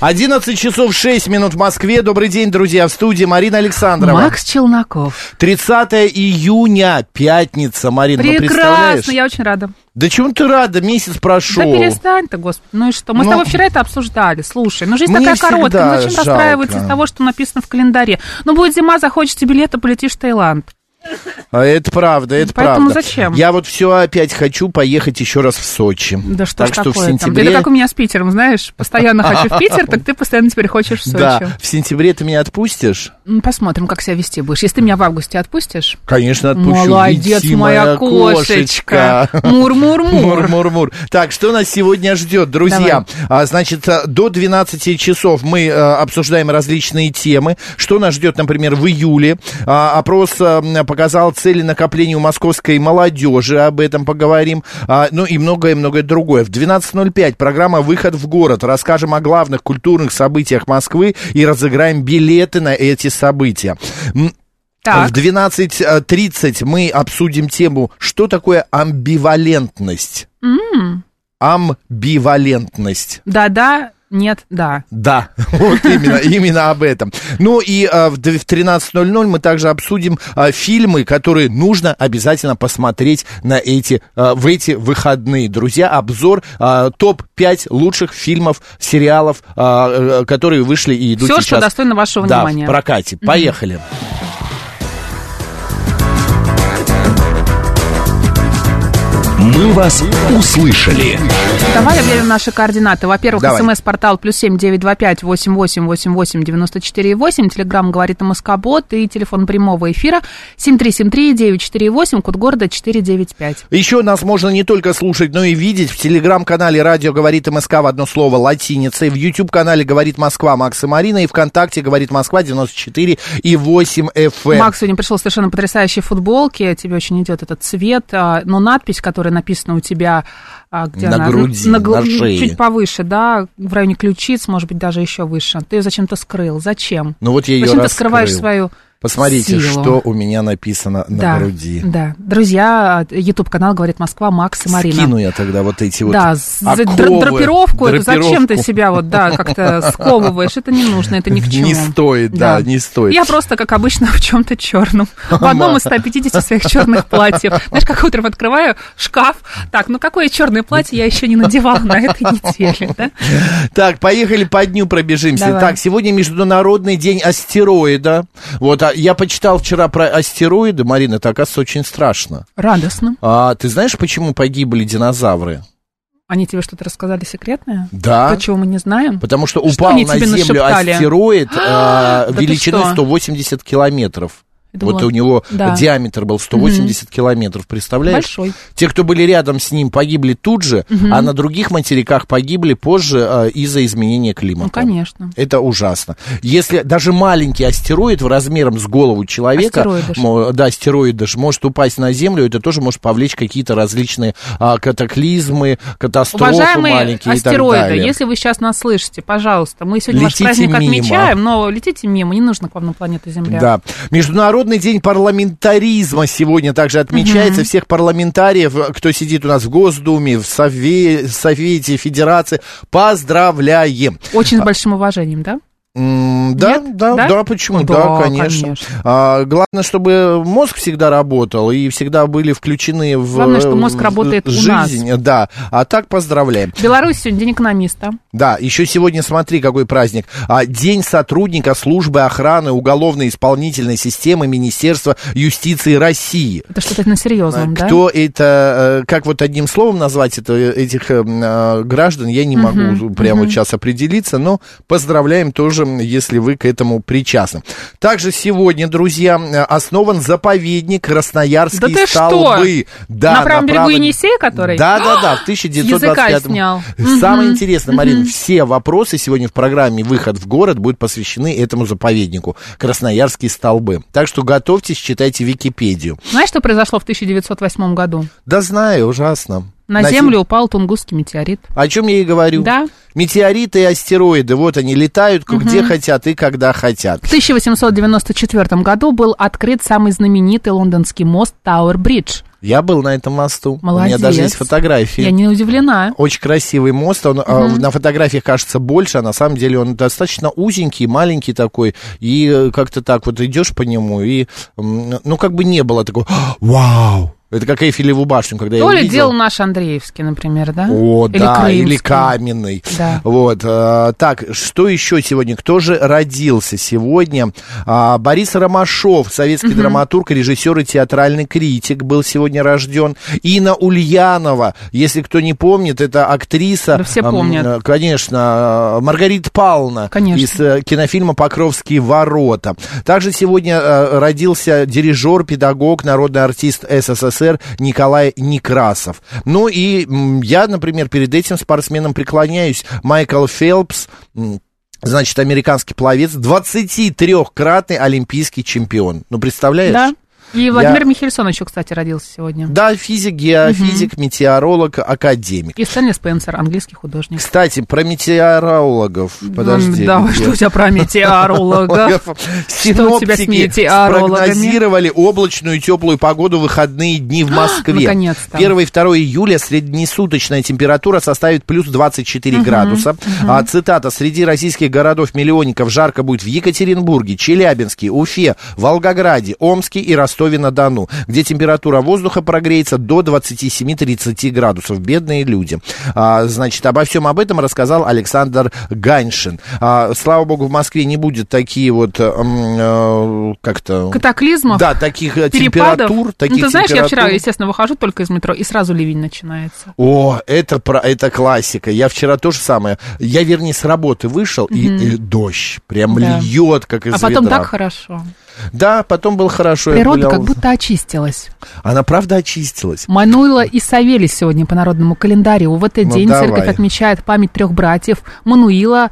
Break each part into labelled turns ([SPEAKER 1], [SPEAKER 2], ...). [SPEAKER 1] 11 часов 6 минут в Москве. Добрый день, друзья. В студии Марина Александрова.
[SPEAKER 2] Макс Челноков.
[SPEAKER 1] 30 июня, пятница, Марина, ну, представляешь?
[SPEAKER 2] Прекрасно, я очень рада.
[SPEAKER 1] Да чему ты рада? Месяц прошел.
[SPEAKER 2] Да перестань ты, господи. Ну и что? Мы с
[SPEAKER 1] Ну.
[SPEAKER 2] тобой вчера это обсуждали. Слушай, ну жизнь
[SPEAKER 1] Мне
[SPEAKER 2] такая
[SPEAKER 1] всегда
[SPEAKER 2] короткая. Ну зачем
[SPEAKER 1] жалко.
[SPEAKER 2] расстраиваться из того, что написано в календаре? Ну будет зима, захочется билета, полетишь в Таиланд.
[SPEAKER 1] А Это правда, это
[SPEAKER 2] Поэтому
[SPEAKER 1] правда.
[SPEAKER 2] зачем?
[SPEAKER 1] Я вот все опять хочу поехать еще раз в Сочи.
[SPEAKER 2] Да что
[SPEAKER 1] так
[SPEAKER 2] ж такое
[SPEAKER 1] в
[SPEAKER 2] там?
[SPEAKER 1] сентябре...
[SPEAKER 2] Это как у меня с Питером, знаешь? Постоянно хочу в Питер, так ты постоянно теперь хочешь в Сочи.
[SPEAKER 1] Да, в сентябре ты меня отпустишь?
[SPEAKER 2] Ну, Посмотрим, как себя вести будешь. Если ты меня в августе отпустишь...
[SPEAKER 1] Конечно, отпущу.
[SPEAKER 2] Молодец,
[SPEAKER 1] Лети,
[SPEAKER 2] моя кошечка. Мур-мур-мур.
[SPEAKER 1] Мур-мур-мур. Так, что нас сегодня ждет, друзья? А, значит, а, до 12 часов мы а, обсуждаем различные темы. Что нас ждет, например, в июле? А, опрос а, м, показал цели накопления у московской молодежи. Об этом поговорим. А, ну и многое-многое другое. В 12.05 программа «Выход в город». Расскажем о главных культурных событиях Москвы и разыграем билеты на эти события. М,
[SPEAKER 2] Так.
[SPEAKER 1] в 12.30 мы обсудим тему, что такое амбивалентность. Амбивалентность.
[SPEAKER 2] Да-да, нет, да.
[SPEAKER 1] Да, вот именно, именно об этом. Ну и а, в д- в 13.00 мы также обсудим а, фильмы, которые нужно обязательно посмотреть на эти, а, в эти выходные. Друзья, обзор топ-5 лучших фильмов, сериалов, а, э, которые вышли и идут
[SPEAKER 2] Все,
[SPEAKER 1] сейчас.
[SPEAKER 2] что достойно вашего
[SPEAKER 1] да,
[SPEAKER 2] внимания.
[SPEAKER 1] в прокате. Поехали.
[SPEAKER 3] «Мы вас услышали».
[SPEAKER 2] Давай объявим наши координаты. Во-первых,
[SPEAKER 1] Давай.
[SPEAKER 2] смс-портал плюс семь девять два пять восемь восемь восемь восемь девяносто четыре восемь. Телеграмм говорит Москобот и телефон прямого эфира семь три семь три девять четыре восемь. Код города четыре девять пять.
[SPEAKER 1] Еще нас можно не только слушать, но и видеть в телеграм-канале «Радио говорит МСК» в одно слово латиницей, в YouTube-канале «Говорит Москва» Макс и Марина, и ВКонтакте «Говорит Москва» 94 и эм. 8 FM.
[SPEAKER 2] Макс сегодня пришел в совершенно потрясающей футболке. Тебе очень идет этот цвет. а, Но надпись, которая написана у тебя... а, Где
[SPEAKER 1] На
[SPEAKER 2] она?
[SPEAKER 1] груди,
[SPEAKER 2] гл-
[SPEAKER 1] на шее.
[SPEAKER 2] ну, Чуть повыше, да, в районе ключиц, может быть, даже еще выше. Ты ее зачем-то скрыл. Зачем?
[SPEAKER 1] Ну вот я ее
[SPEAKER 2] Зачем ты
[SPEAKER 1] раскрыл.
[SPEAKER 2] скрываешь свою силу?
[SPEAKER 1] Посмотрите, что у меня написано на
[SPEAKER 2] да,
[SPEAKER 1] груди.
[SPEAKER 2] Да. Друзья, YouTube канал говорит Москва, Макс и Марина.
[SPEAKER 1] Скину я тогда вот эти вот
[SPEAKER 2] да, за дра-
[SPEAKER 1] оковы,
[SPEAKER 2] драпировку, это зачем ты
[SPEAKER 1] драпировку.
[SPEAKER 2] себя вот, да, как-то сковываешь, это не нужно, это ни к чему.
[SPEAKER 1] Не стоит, да, не стоит.
[SPEAKER 2] Я просто, как обычно, в чем-то черном. В одном из 150 своих черных платьев. Знаешь, как утром открываю шкаф. Так, ну какое черное платье я еще не надевала на этой неделе, да?
[SPEAKER 1] Так, поехали по дню пробежимся.
[SPEAKER 2] Давай.
[SPEAKER 1] Так, сегодня Международный день астероида. Вот, а я почитал вчера про астероиды, Марина, это, оказывается, очень страшно.
[SPEAKER 2] Радостно.
[SPEAKER 1] А ты знаешь, почему погибли динозавры?
[SPEAKER 2] Они тебе что-то рассказали секретное?
[SPEAKER 1] Да.
[SPEAKER 2] То, чего мы не знаем?
[SPEAKER 1] Потому что
[SPEAKER 2] Что
[SPEAKER 1] упал
[SPEAKER 2] они
[SPEAKER 1] на
[SPEAKER 2] тебе
[SPEAKER 1] Землю
[SPEAKER 2] нашептали?
[SPEAKER 1] астероид а,
[SPEAKER 2] Да ты
[SPEAKER 1] величиной
[SPEAKER 2] что?
[SPEAKER 1] 180 километров.
[SPEAKER 2] Я
[SPEAKER 1] Вот
[SPEAKER 2] думала,
[SPEAKER 1] у него
[SPEAKER 2] да.
[SPEAKER 1] диаметр был 180 километров, представляешь?
[SPEAKER 2] Большой.
[SPEAKER 1] Те, кто были рядом с ним, погибли тут же, а на других материках погибли позже а, из-за изменения климата.
[SPEAKER 2] Ну, конечно.
[SPEAKER 1] Это ужасно. Если даже маленький астероид в размером с голову человека,
[SPEAKER 2] Астероидыш.
[SPEAKER 1] мо- да, астероидыш, может упасть на Землю, это тоже может повлечь какие-то различные а, катаклизмы, катастрофы
[SPEAKER 2] Уважаемые
[SPEAKER 1] маленькие и так
[SPEAKER 2] астероиды,
[SPEAKER 1] далее.
[SPEAKER 2] если вы сейчас нас слышите, пожалуйста, мы сегодня
[SPEAKER 1] Летите
[SPEAKER 2] ваш праздник
[SPEAKER 1] мимо.
[SPEAKER 2] отмечаем, но летите мимо, не нужно к вам на планету Земля.
[SPEAKER 1] Да. Международный день парламентаризма сегодня также отмечается. Всех парламентариев, кто сидит у нас в Госдуме, в Сове- Совете Федерации, поздравляем.
[SPEAKER 2] Очень с большим уважением, да?
[SPEAKER 1] М, Да,
[SPEAKER 2] Нет?
[SPEAKER 1] да, да,
[SPEAKER 2] Да?
[SPEAKER 1] почему?
[SPEAKER 2] Ну
[SPEAKER 1] Да,
[SPEAKER 2] да,
[SPEAKER 1] конечно.
[SPEAKER 2] конечно.
[SPEAKER 1] А, главное, чтобы мозг всегда работал и всегда были включены в
[SPEAKER 2] Главное, что мозг
[SPEAKER 1] в
[SPEAKER 2] работает у
[SPEAKER 1] жизнь. Да, а так поздравляем.
[SPEAKER 2] Беларусь сегодня день экономиста.
[SPEAKER 1] Да, еще сегодня смотри, какой праздник. А, День сотрудника службы охраны уголовно-исполнительной системы Министерства юстиции России.
[SPEAKER 2] Это что-то на серьезном, да?
[SPEAKER 1] Кто это, э, как вот одним словом назвать это, э, этих э, м, э, граждан, я не могу прямо сейчас определиться, но поздравляем тоже, если если вы к этому причастны. Также сегодня, друзья, э, основан заповедник
[SPEAKER 2] Да
[SPEAKER 1] Красноярский
[SPEAKER 2] ты
[SPEAKER 1] столбы.
[SPEAKER 2] На правом берегу
[SPEAKER 1] правом-
[SPEAKER 2] Енисея, который?
[SPEAKER 1] Да, да, да, в 1925
[SPEAKER 2] Языка снял.
[SPEAKER 1] Самое интересное, Марин, все вопросы сегодня в программе «Выход в город» будут посвящены этому заповеднику Красноярские столбы. Так что готовьтесь, читайте Википедию.
[SPEAKER 2] Знаешь, что произошло в 1908 году?
[SPEAKER 1] Да знаю, ужасно.
[SPEAKER 2] На, Землю упал Тунгусский метеорит.
[SPEAKER 1] О чем я и говорю.
[SPEAKER 2] Да.
[SPEAKER 1] Метеориты и астероиды, вот они летают где хотят и когда хотят.
[SPEAKER 2] В 1894 году был открыт самый знаменитый лондонский мост Тауэр-Бридж.
[SPEAKER 1] Я был на этом мосту. У меня
[SPEAKER 2] Молодец.
[SPEAKER 1] даже есть фотографии.
[SPEAKER 2] Я не удивлена.
[SPEAKER 1] Очень красивый мост. Он, а, в- на фотографиях кажется больше, а на самом деле он достаточно узенький, маленький такой. И э, как-то так вот идешь по нему, и м, ну как бы не было такого «А, Вау! Это как Эйфелеву башню, когда я
[SPEAKER 2] То ли
[SPEAKER 1] увидел.
[SPEAKER 2] делал наш Андреевский, например, да?
[SPEAKER 1] О,
[SPEAKER 2] или
[SPEAKER 1] да,
[SPEAKER 2] Крымский.
[SPEAKER 1] или каменный.
[SPEAKER 2] Да.
[SPEAKER 1] Вот. э, так, что еще сегодня? Кто же родился сегодня? А, Борис Ромашов, советский драматург, режиссер и театральный критик, был сегодня рожден. Инна Ульянова, если кто не помнит, это актриса.
[SPEAKER 2] Да все
[SPEAKER 1] эм,
[SPEAKER 2] помнят.
[SPEAKER 1] э, конечно, э, Маргарита Павловна
[SPEAKER 2] Конечно.
[SPEAKER 1] из э, кинофильма «Покровские ворота». Также сегодня э, родился дирижер, педагог, народный артист СССР Николай Некрасов. Ну и м, я, например, перед этим спортсменом преклоняюсь. Майкл Фелпс, м, значит, американский пловец, 23-кратный олимпийский чемпион. Ну, представляешь?
[SPEAKER 2] Да. И Владимир Михельсон еще, кстати, родился сегодня.
[SPEAKER 1] Да, физик, геофизик, метеоролог, академик.
[SPEAKER 2] И Стэнли Спенсер, английский художник.
[SPEAKER 1] Кстати, про метеорологов. Подожди.
[SPEAKER 2] М, Да,
[SPEAKER 1] где?
[SPEAKER 2] что у тебя про метеоролога? Что у тебя с
[SPEAKER 1] Синоптики
[SPEAKER 2] метеорологами?
[SPEAKER 1] спрогнозировали облачную и теплую погоду в выходные дни в Москве.
[SPEAKER 2] А, наконец-то.
[SPEAKER 1] 1 и 2 июля среднесуточная температура составит плюс 24 градуса. А, цитата. Среди российских городов-миллионников жарко будет в Екатеринбурге, Челябинске, Уфе, Волгограде, Омске и Ростове-на-Дону, где температура воздуха прогреется до 27-30 градусов. Бедные люди. А, значит, обо всем об этом рассказал Александр Ганьшин. А, слава богу, в Москве не будет такие вот эм, э, как-то...
[SPEAKER 2] Катаклизмов?
[SPEAKER 1] Да, таких э,
[SPEAKER 2] Перепадов?
[SPEAKER 1] температур, таких
[SPEAKER 2] ну, ты знаешь, я вчера,
[SPEAKER 1] температур.
[SPEAKER 2] естественно, выхожу только из метро, и сразу ливень начинается.
[SPEAKER 1] О, это, про, это классика. Я вчера то же самое. Я, вернее, с работы вышел, и, и дождь прям
[SPEAKER 2] Да.
[SPEAKER 1] льет, как из
[SPEAKER 2] а потом
[SPEAKER 1] ведра.
[SPEAKER 2] так хорошо.
[SPEAKER 1] Да, потом было хорошо. я
[SPEAKER 2] Природа
[SPEAKER 1] гулял.
[SPEAKER 2] как будто очистилась.
[SPEAKER 1] Она, правда, очистилась.
[SPEAKER 2] Мануила и Савелий сегодня по народному календарю. В этот
[SPEAKER 1] Ну,
[SPEAKER 2] день
[SPEAKER 1] давай.
[SPEAKER 2] церковь отмечает память трех братьев Мануила,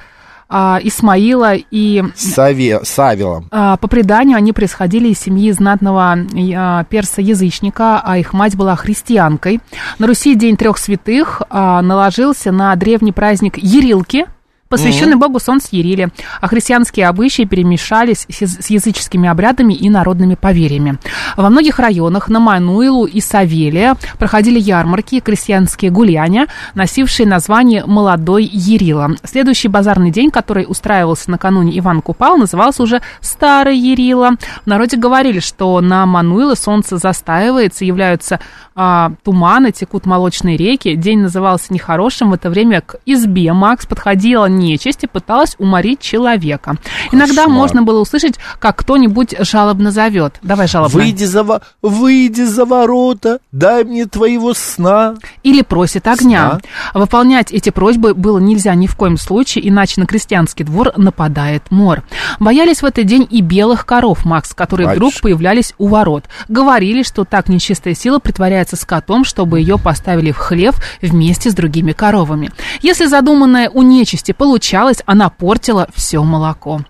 [SPEAKER 2] а, Исмаила и...
[SPEAKER 1] Саве, Савелом.
[SPEAKER 2] а, По преданию, они происходили из семьи знатного а, перса-язычника, а их мать была христианкой. На Руси День трех святых а, наложился на древний праздник Ерилки, посвященный богу солнца Ериле. А христианские обычаи перемешались с яз- с языческими обрядами и народными поверьями. Во многих районах на Мануилу и Савелия проходили ярмарки и крестьянские гуляния, носившие название «Молодой Ерила». Следующий базарный день, который устраивался накануне Иван Купал, назывался уже «Старый Ерила». В народе говорили, что на Мануила солнце застаивается, являются а, туманы, текут молочные реки. День назывался нехорошим. В это время к избе Макс подходила нечисть и пыталась уморить человека. Иногда
[SPEAKER 1] Кошмар.
[SPEAKER 2] можно было услышать, как кто-нибудь жалобно зовет. Давай жалобно.
[SPEAKER 1] Выйди за, во- выйди за ворота, дай мне твоего сна.
[SPEAKER 2] или просит огня. Выполнять эти просьбы было нельзя ни в коем случае, иначе на крестьянский двор нападает мор. Боялись в этот день и белых коров, Макс, которые вдруг
[SPEAKER 1] Батюшки.
[SPEAKER 2] появлялись у ворот. Говорили, что так нечистая сила притворяется с котом, чтобы ее поставили в хлев вместе с другими коровами. Если задуманное у нечисти получалось, она портила все молоко.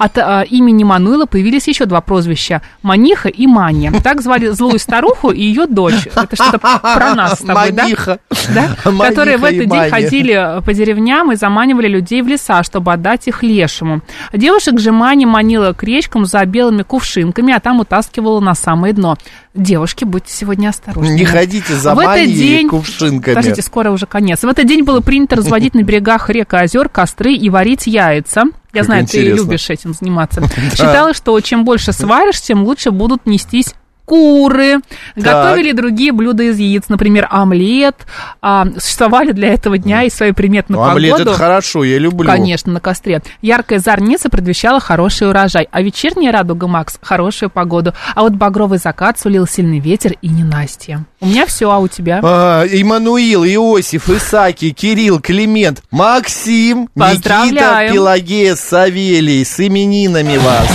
[SPEAKER 2] От а, имени Мануила появились еще два прозвища – Маниха и Мания. Так звали злую старуху и ее дочь. Это что-то про нас с тобой, да?
[SPEAKER 1] Маниха.
[SPEAKER 2] да,
[SPEAKER 1] Маниха
[SPEAKER 2] которые в
[SPEAKER 1] и
[SPEAKER 2] этот день
[SPEAKER 1] мания.
[SPEAKER 2] ходили по деревням и заманивали людей в леса, чтобы отдать их лешему. Девушек же Мани манила к речкам за белыми кувшинками, а там утаскивала на самое дно. Девушки, будьте сегодня осторожны.
[SPEAKER 1] Не ходите за
[SPEAKER 2] В этот
[SPEAKER 1] манией
[SPEAKER 2] день-
[SPEAKER 1] кувшинками.
[SPEAKER 2] Подождите, скоро уже конец. В этот день было принято разводить на берегах рек и озер костры и варить яйца. Я
[SPEAKER 1] Как
[SPEAKER 2] знаю, ты
[SPEAKER 1] интересно.
[SPEAKER 2] любишь этим заниматься. Считалось, что чем больше сваришь, тем лучше будут нестись шкуры,
[SPEAKER 1] Так.
[SPEAKER 2] готовили другие блюда из яиц, например, омлет. А, существовали для этого дня и свои приметные
[SPEAKER 1] Ну,
[SPEAKER 2] погоду.
[SPEAKER 1] омлет это хорошо, я люблю.
[SPEAKER 2] Конечно, на костре. Яркая зарница предвещала хороший урожай, а вечерняя радуга Макс – хорошую погоду. А вот багровый закат сулил сильный ветер и ненастье. У меня все, а у тебя?
[SPEAKER 1] А, Иммануил, Иосиф, Исаки, Кирилл, Климент, Максим, Никита,
[SPEAKER 2] Поздравляем.
[SPEAKER 1] Пелагея, Савелий. С именинами вас.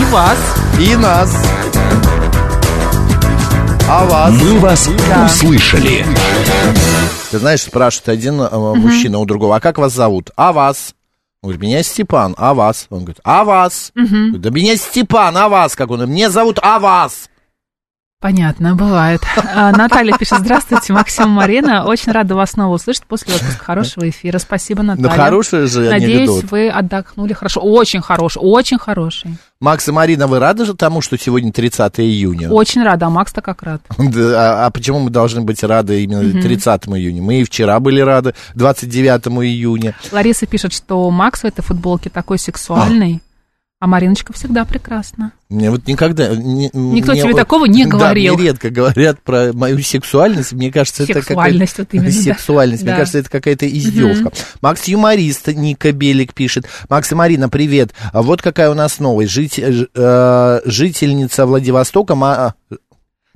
[SPEAKER 2] И вас.
[SPEAKER 1] И нас. А вас?
[SPEAKER 3] Мы вас услышали.
[SPEAKER 1] Ты знаешь, спрашивает один э, мужчина у другого, а как вас зовут? А вас? Он говорит, меня Степан, а вас? Он говорит, а вас? Да меня Степан, а вас? Как он? Меня зовут А вас.
[SPEAKER 2] Понятно, бывает. А, Наталья пишет, здравствуйте, Максим Марина. Очень рада вас снова услышать после отпуска. Хорошего эфира. Спасибо,
[SPEAKER 1] Ну,
[SPEAKER 2] Наталья.
[SPEAKER 1] хороший же
[SPEAKER 2] Надеюсь,
[SPEAKER 1] анекдот.
[SPEAKER 2] вы отдохнули хорошо. Очень хороший, очень хороший.
[SPEAKER 1] Макс и Марина, вы рады же тому, что сегодня 30 июня?
[SPEAKER 2] Очень рада, а Макс-то как рад.
[SPEAKER 1] Да, а, а почему мы должны быть рады именно 30 июня? Мы и вчера были рады 29 июня.
[SPEAKER 2] Лариса пишет, что Макс в этой футболке такой сексуальный, а Мариночка всегда прекрасна.
[SPEAKER 1] Мне вот никогда...
[SPEAKER 2] Никто
[SPEAKER 1] Никто
[SPEAKER 2] тебе такого не говорил.
[SPEAKER 1] Да, мне редко говорят про мою сексуальность. Мне кажется, это
[SPEAKER 2] Сексуальность
[SPEAKER 1] какая-то...
[SPEAKER 2] вот именно, да.
[SPEAKER 1] Сексуальность. Мне
[SPEAKER 2] Да.
[SPEAKER 1] кажется, это какая-то издевка. Макс Юморист, Ника Белик пишет. Макс и Марина, привет. А Вот какая у нас новость. Жить- ж- э, жительница Владивостока... Ма-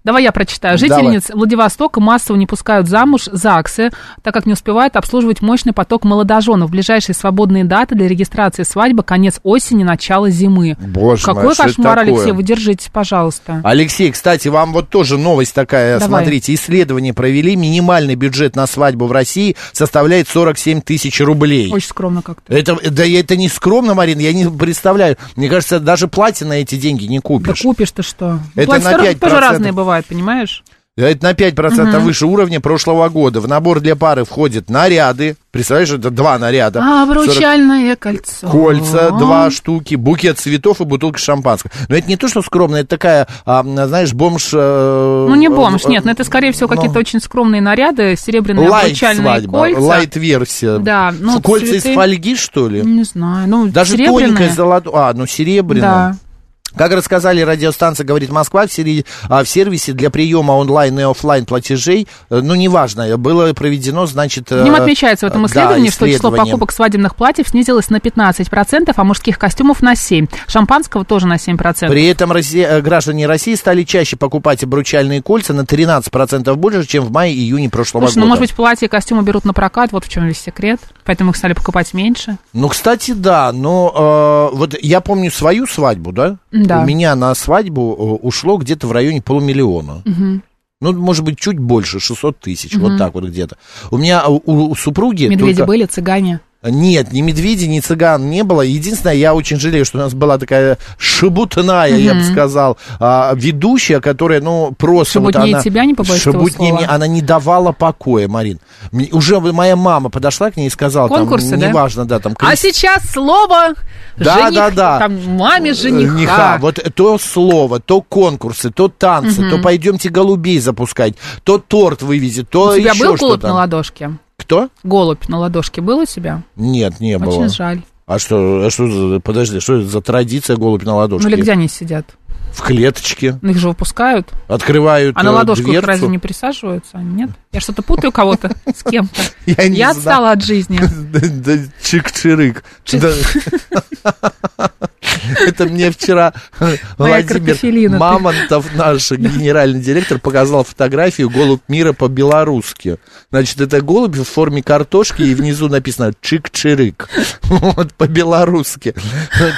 [SPEAKER 2] Давай я прочитаю. Жительниц Владивостока массово не пускают замуж ЗАГСы, так как не успевают обслуживать мощный поток молодоженов. Ближайшие свободные даты для регистрации свадьбы – конец осени, начало зимы.
[SPEAKER 1] Боже
[SPEAKER 2] Какой
[SPEAKER 1] мой, что это
[SPEAKER 2] кошмар,
[SPEAKER 1] такое? А
[SPEAKER 2] Алексей, вы держитесь, пожалуйста.
[SPEAKER 1] Алексей, кстати, вам вот тоже новость такая.
[SPEAKER 2] Давай.
[SPEAKER 1] Смотрите, исследование провели. Минимальный бюджет на свадьбу в России составляет 47 тысяч рублей.
[SPEAKER 2] Очень скромно как-то.
[SPEAKER 1] Это, да я- это не скромно, Марин, я не представляю. Мне кажется, даже платье на эти деньги не
[SPEAKER 2] Да
[SPEAKER 1] купишь.
[SPEAKER 2] купишь ты что?
[SPEAKER 1] Это
[SPEAKER 2] Платья
[SPEAKER 1] на
[SPEAKER 2] тоже- тоже
[SPEAKER 1] 5%.
[SPEAKER 2] разные бывают, понимаешь?
[SPEAKER 1] Это на 5% выше уровня прошлого года. В набор для пары входят наряды. Представляешь, это два наряда.
[SPEAKER 2] А,
[SPEAKER 1] 40
[SPEAKER 2] обручальное кольцо.
[SPEAKER 1] Кольца,
[SPEAKER 2] Ну,
[SPEAKER 1] два штуки, букет цветов и бутылка шампанского. Но это не то, что скромно, это такая, а, м, знаешь, бомж... э,
[SPEAKER 2] Ну, не бомж, нет, но это, скорее всего, какие-то очень скромные наряды, серебряные
[SPEAKER 1] ну. Лайт
[SPEAKER 2] обручальные
[SPEAKER 1] свадьба,
[SPEAKER 2] кольца.
[SPEAKER 1] лайт-версия.
[SPEAKER 2] Да, ну,
[SPEAKER 1] Кольца
[SPEAKER 2] цветы.
[SPEAKER 1] из фольги, что ли?
[SPEAKER 2] Не знаю, ну,
[SPEAKER 1] Даже
[SPEAKER 2] серебряные.
[SPEAKER 1] тоненькое золотое. А, ну серебряное.
[SPEAKER 2] Да.
[SPEAKER 1] Как рассказали радиостанция «Говорит Москва», в, сери- а, в сервисе для приема онлайн и оффлайн платежей, э, ну, неважно, было проведено, значит... э,
[SPEAKER 2] В нем отмечается в этом исследовании, что число
[SPEAKER 1] покупок
[SPEAKER 2] покупок свадебных платьев снизилось на 15%, а мужских костюмов на 7%. Шампанского тоже на 7%.
[SPEAKER 1] При этом Россия- э, граждане России стали чаще покупать обручальные кольца на 13% больше, чем в мае-июне прошлого
[SPEAKER 2] Слушай, ну,
[SPEAKER 1] года.
[SPEAKER 2] может быть, платья и костюмы берут на прокат, вот в чем весь секрет. Поэтому их стали покупать меньше.
[SPEAKER 1] Ну, кстати, да, но э, вот я помню свою свадьбу, да?
[SPEAKER 2] Да.
[SPEAKER 1] У меня на свадьбу э, ушло где-то в районе полумиллиона. Ну, может быть, чуть больше, 600 тысяч, вот так вот где-то. У меня у, у супруги...
[SPEAKER 2] Медведи
[SPEAKER 1] только-
[SPEAKER 2] были, цыгане.
[SPEAKER 1] Нет, ни медведей, ни цыган не было. Единственное, я очень жалею, что у нас была такая шебутная, я бы сказал, а, ведущая, которая, ну, просто... вот
[SPEAKER 2] Шебутнее
[SPEAKER 1] она-
[SPEAKER 2] тебя, не побоюсь этого
[SPEAKER 1] шебутнее
[SPEAKER 2] слова.
[SPEAKER 1] меня- она не давала покоя, Марин. Мне- уже моя мама подошла к ней и сказала... там,
[SPEAKER 2] Конкурсы, да?
[SPEAKER 1] Неважно, да, там...
[SPEAKER 2] А сейчас слово
[SPEAKER 1] Да,
[SPEAKER 2] жених-
[SPEAKER 1] да, да. Э,
[SPEAKER 2] там, маме жениха.
[SPEAKER 1] Жениха. Вот то слово, то конкурсы, то танцы, то пойдемте голубей запускать, то торт вывезет, то
[SPEAKER 2] У тебя
[SPEAKER 1] еще
[SPEAKER 2] был
[SPEAKER 1] что
[SPEAKER 2] голубь на
[SPEAKER 1] там.
[SPEAKER 2] ладошке?
[SPEAKER 1] Кто?
[SPEAKER 2] Голубь на ладошке был у тебя?
[SPEAKER 1] Нет, не было.
[SPEAKER 2] Очень жаль. Ну,
[SPEAKER 1] А что, а что за, подожди, что это за традиция голубь на ладошке?
[SPEAKER 2] Ну или где они сидят?
[SPEAKER 1] В клеточке.
[SPEAKER 2] Ну, Их же выпускают.
[SPEAKER 1] Открывают
[SPEAKER 2] А на
[SPEAKER 1] э,
[SPEAKER 2] ладошку их
[SPEAKER 1] дверцу.
[SPEAKER 2] разве не присаживаются? Нет? Я что-то путаю кого-то с кем-то.
[SPEAKER 1] Я не
[SPEAKER 2] Я
[SPEAKER 1] знаю.
[SPEAKER 2] отстала от жизни.
[SPEAKER 1] Да, да, Чик-чирык. Да. Это мне вчера Владимир
[SPEAKER 2] картофелина, ты.
[SPEAKER 1] Мамонтов, наш генеральный директор, показал фотографию «Голубь мира по-белорусски». Значит, это голубь в форме картошки, и внизу написано «Чик-чирык». Вот, по-белорусски.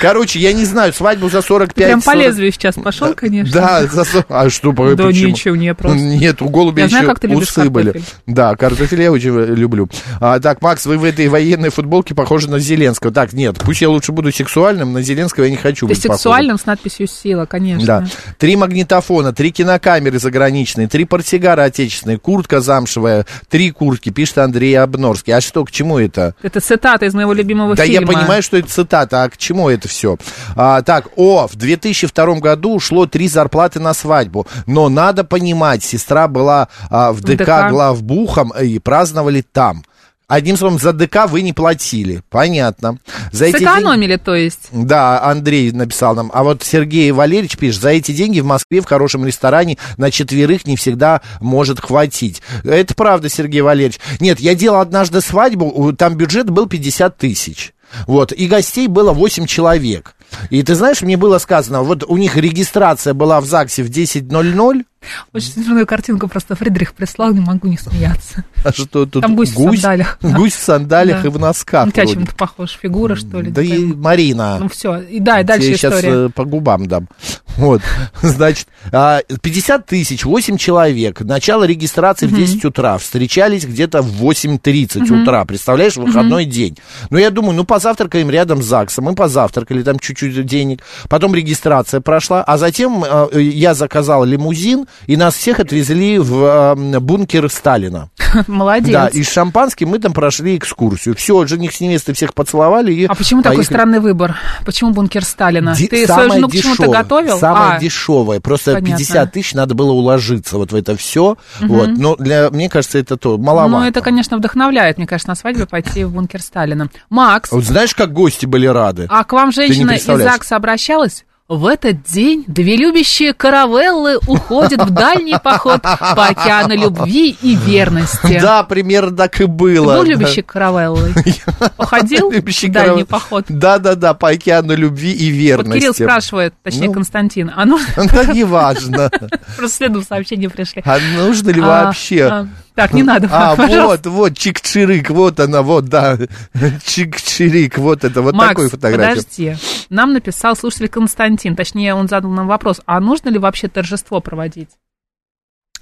[SPEAKER 1] Короче, я не знаю, свадьбу за 45...
[SPEAKER 2] Прям по
[SPEAKER 1] 40
[SPEAKER 2] лезвию сейчас пошел, конечно.
[SPEAKER 1] Да, за 40 А что, по-
[SPEAKER 2] Да
[SPEAKER 1] почему?
[SPEAKER 2] ничего, не просто.
[SPEAKER 1] Ну, Нет, у голубя
[SPEAKER 2] Я
[SPEAKER 1] еще
[SPEAKER 2] знаю, как ты любишь
[SPEAKER 1] усы были.
[SPEAKER 2] картофель.
[SPEAKER 1] Да, картофель я очень люблю. А, так, Макс, вы в этой военной футболке похожи на Зеленского. Так, нет, пусть я лучше буду сексуальным, на Зеленского я не хочу
[SPEAKER 2] Ты
[SPEAKER 1] быть похожим.
[SPEAKER 2] сексуальным с надписью «Сила»,
[SPEAKER 1] Да.
[SPEAKER 2] конечно.
[SPEAKER 1] Три магнитофона, три кинокамеры заграничные, три портсигара отечественные, куртка замшевая, три куртки, пишет Андрей Обнорский. А что, к чему это?
[SPEAKER 2] Это цитата из моего любимого
[SPEAKER 1] да
[SPEAKER 2] фильма.
[SPEAKER 1] я понимаю, что это цитата, а к чему это все? А, так, о, в 2002 году ушло три зарплаты на свадьбу, но надо понимать, сестра была а, в, ДК,
[SPEAKER 2] ДК.
[SPEAKER 1] главбухом и праздновали там. Одним словом, за ДК вы не платили. Понятно. За эти деньги-
[SPEAKER 2] Сэкономили, то есть.
[SPEAKER 1] Да, Андрей написал нам. А вот Сергей Валерьевич пишет, за эти деньги в Москве в хорошем ресторане на четверых не всегда может хватить. Это правда, Сергей Валерьевич. Нет, я делал однажды свадьбу, у- там бюджет был 50 тысяч. Вот, и гостей было 8 человек. И ты знаешь, мне было сказано, вот у них регистрация была в ЗАГСе в 10.00,
[SPEAKER 2] Очень смешную картинку просто Фридрих прислал, не могу не смеяться.
[SPEAKER 1] а что тут
[SPEAKER 2] Там гусь в сандалях.
[SPEAKER 1] гусь в сандалях
[SPEAKER 2] Да.
[SPEAKER 1] и в носках.
[SPEAKER 2] На тебя
[SPEAKER 1] вроде.
[SPEAKER 2] чем-то похож, фигура, что ли?
[SPEAKER 1] Да
[SPEAKER 2] не
[SPEAKER 1] и
[SPEAKER 2] пойму.
[SPEAKER 1] Марина.
[SPEAKER 2] Ну все, и да, и дальше
[SPEAKER 1] Тебе сейчас
[SPEAKER 2] история.
[SPEAKER 1] по губам дам. Вот, значит, а, 50 тысяч, 8 человек. Начало регистрации в 10 утра. Встречались где-то в 8.30 утра. Представляешь, выходной день. Ну, я думаю, ну, позавтракаем рядом с ЗАГСом. Мы позавтракали, там чуть-чуть денег. Потом регистрация прошла. А затем а, я заказал лимузин, и нас всех отвезли в а, бункер Сталина. э, Да,
[SPEAKER 2] Молодец.
[SPEAKER 1] и с шампанским мы там прошли экскурсию. Все, жених с невестой всех поцеловали. И
[SPEAKER 2] А почему такой
[SPEAKER 1] поехали.
[SPEAKER 2] странный выбор? Почему бункер Сталина?
[SPEAKER 1] Ди-
[SPEAKER 2] Ты
[SPEAKER 1] самое
[SPEAKER 2] свою жену к чему-то
[SPEAKER 1] дешевое,
[SPEAKER 2] готовил?
[SPEAKER 1] Самое
[SPEAKER 2] А,
[SPEAKER 1] дешевое. Просто
[SPEAKER 2] Понятно.
[SPEAKER 1] 50 тысяч надо было уложиться вот в это все. Вот. Но для, мне кажется, это то, маловато.
[SPEAKER 2] Ну, это, конечно, вдохновляет, мне кажется, на свадьбе пойти в бункер Сталина. Макс,
[SPEAKER 1] Вот знаешь, как гости были рады?
[SPEAKER 2] а к вам женщина из
[SPEAKER 1] представляешь.
[SPEAKER 2] ЗАГСа обращалась? В этот день две любящие каравеллы уходят в дальний поход по океану любви и верности.
[SPEAKER 1] Да, примерно так и
[SPEAKER 2] Ты
[SPEAKER 1] было.
[SPEAKER 2] был
[SPEAKER 1] Да.
[SPEAKER 2] любящий каравеллы? Уходил
[SPEAKER 1] Любящий
[SPEAKER 2] в дальний
[SPEAKER 1] каравеллы.
[SPEAKER 2] поход?
[SPEAKER 1] Да-да-да, по океану любви и
[SPEAKER 2] Вот
[SPEAKER 1] верности.
[SPEAKER 2] Кирилл спрашивает, точнее,
[SPEAKER 1] Ну.
[SPEAKER 2] Константин, а нужно...
[SPEAKER 1] Да неважно.
[SPEAKER 2] Просто следом сообщения пришли.
[SPEAKER 1] А нужно ли
[SPEAKER 2] А,
[SPEAKER 1] вообще?
[SPEAKER 2] а, Так, не надо,
[SPEAKER 1] А,
[SPEAKER 2] пожалуйста.
[SPEAKER 1] вот, вот, чик-чирик, вот она, вот, да, чик-чирик, вот это, вот
[SPEAKER 2] Макс,
[SPEAKER 1] такую фотографию.
[SPEAKER 2] подожди. Нам написал слушатель Константин, точнее, он задал нам вопрос, а нужно ли вообще торжество проводить?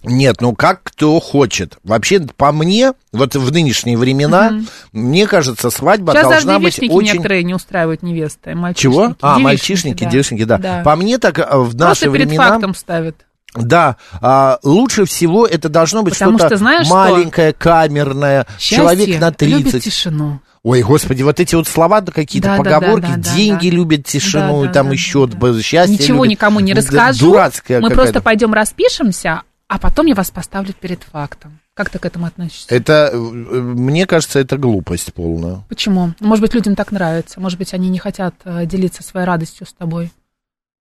[SPEAKER 1] Нет, ну как кто хочет. Вообще, по мне, вот в нынешние времена, мне кажется, свадьба
[SPEAKER 2] Сейчас даже
[SPEAKER 1] должна быть
[SPEAKER 2] девичники
[SPEAKER 1] очень...
[SPEAKER 2] некоторые не устраивают невесты, мальчишники.
[SPEAKER 1] Чего? А,
[SPEAKER 2] девичники,
[SPEAKER 1] мальчишники,
[SPEAKER 2] да.
[SPEAKER 1] девчонки, да.
[SPEAKER 2] Да.
[SPEAKER 1] По мне, так э, в наши
[SPEAKER 2] Просто перед
[SPEAKER 1] времена...
[SPEAKER 2] фактом ставят.
[SPEAKER 1] Да, а, лучше всего это должно быть
[SPEAKER 2] Потому
[SPEAKER 1] что-то
[SPEAKER 2] что знаешь что?
[SPEAKER 1] маленькое, камерное,
[SPEAKER 2] Счастье
[SPEAKER 1] человек на
[SPEAKER 2] любит
[SPEAKER 1] 30.
[SPEAKER 2] тишину.
[SPEAKER 1] Ой, господи, вот эти вот слова, да, какие-то
[SPEAKER 2] Да, да, да,
[SPEAKER 1] поговорки,
[SPEAKER 2] да, да,
[SPEAKER 1] деньги
[SPEAKER 2] да.
[SPEAKER 1] любят тишину,
[SPEAKER 2] Да,
[SPEAKER 1] и
[SPEAKER 2] да,
[SPEAKER 1] там
[SPEAKER 2] да,
[SPEAKER 1] еще
[SPEAKER 2] да,
[SPEAKER 1] б- счастье
[SPEAKER 2] Ничего
[SPEAKER 1] любит.
[SPEAKER 2] никому не
[SPEAKER 1] Да,
[SPEAKER 2] расскажу.
[SPEAKER 1] Дурацкая
[SPEAKER 2] Мы
[SPEAKER 1] Э, какая-то.
[SPEAKER 2] просто пойдем распишемся, а потом я вас поставлю перед фактом. Как ты к этому относишься?
[SPEAKER 1] Это, э, э, мне кажется, это глупость полная.
[SPEAKER 2] Почему? Может быть, людям так нравится. Может быть, они не хотят э, делиться своей радостью с тобой.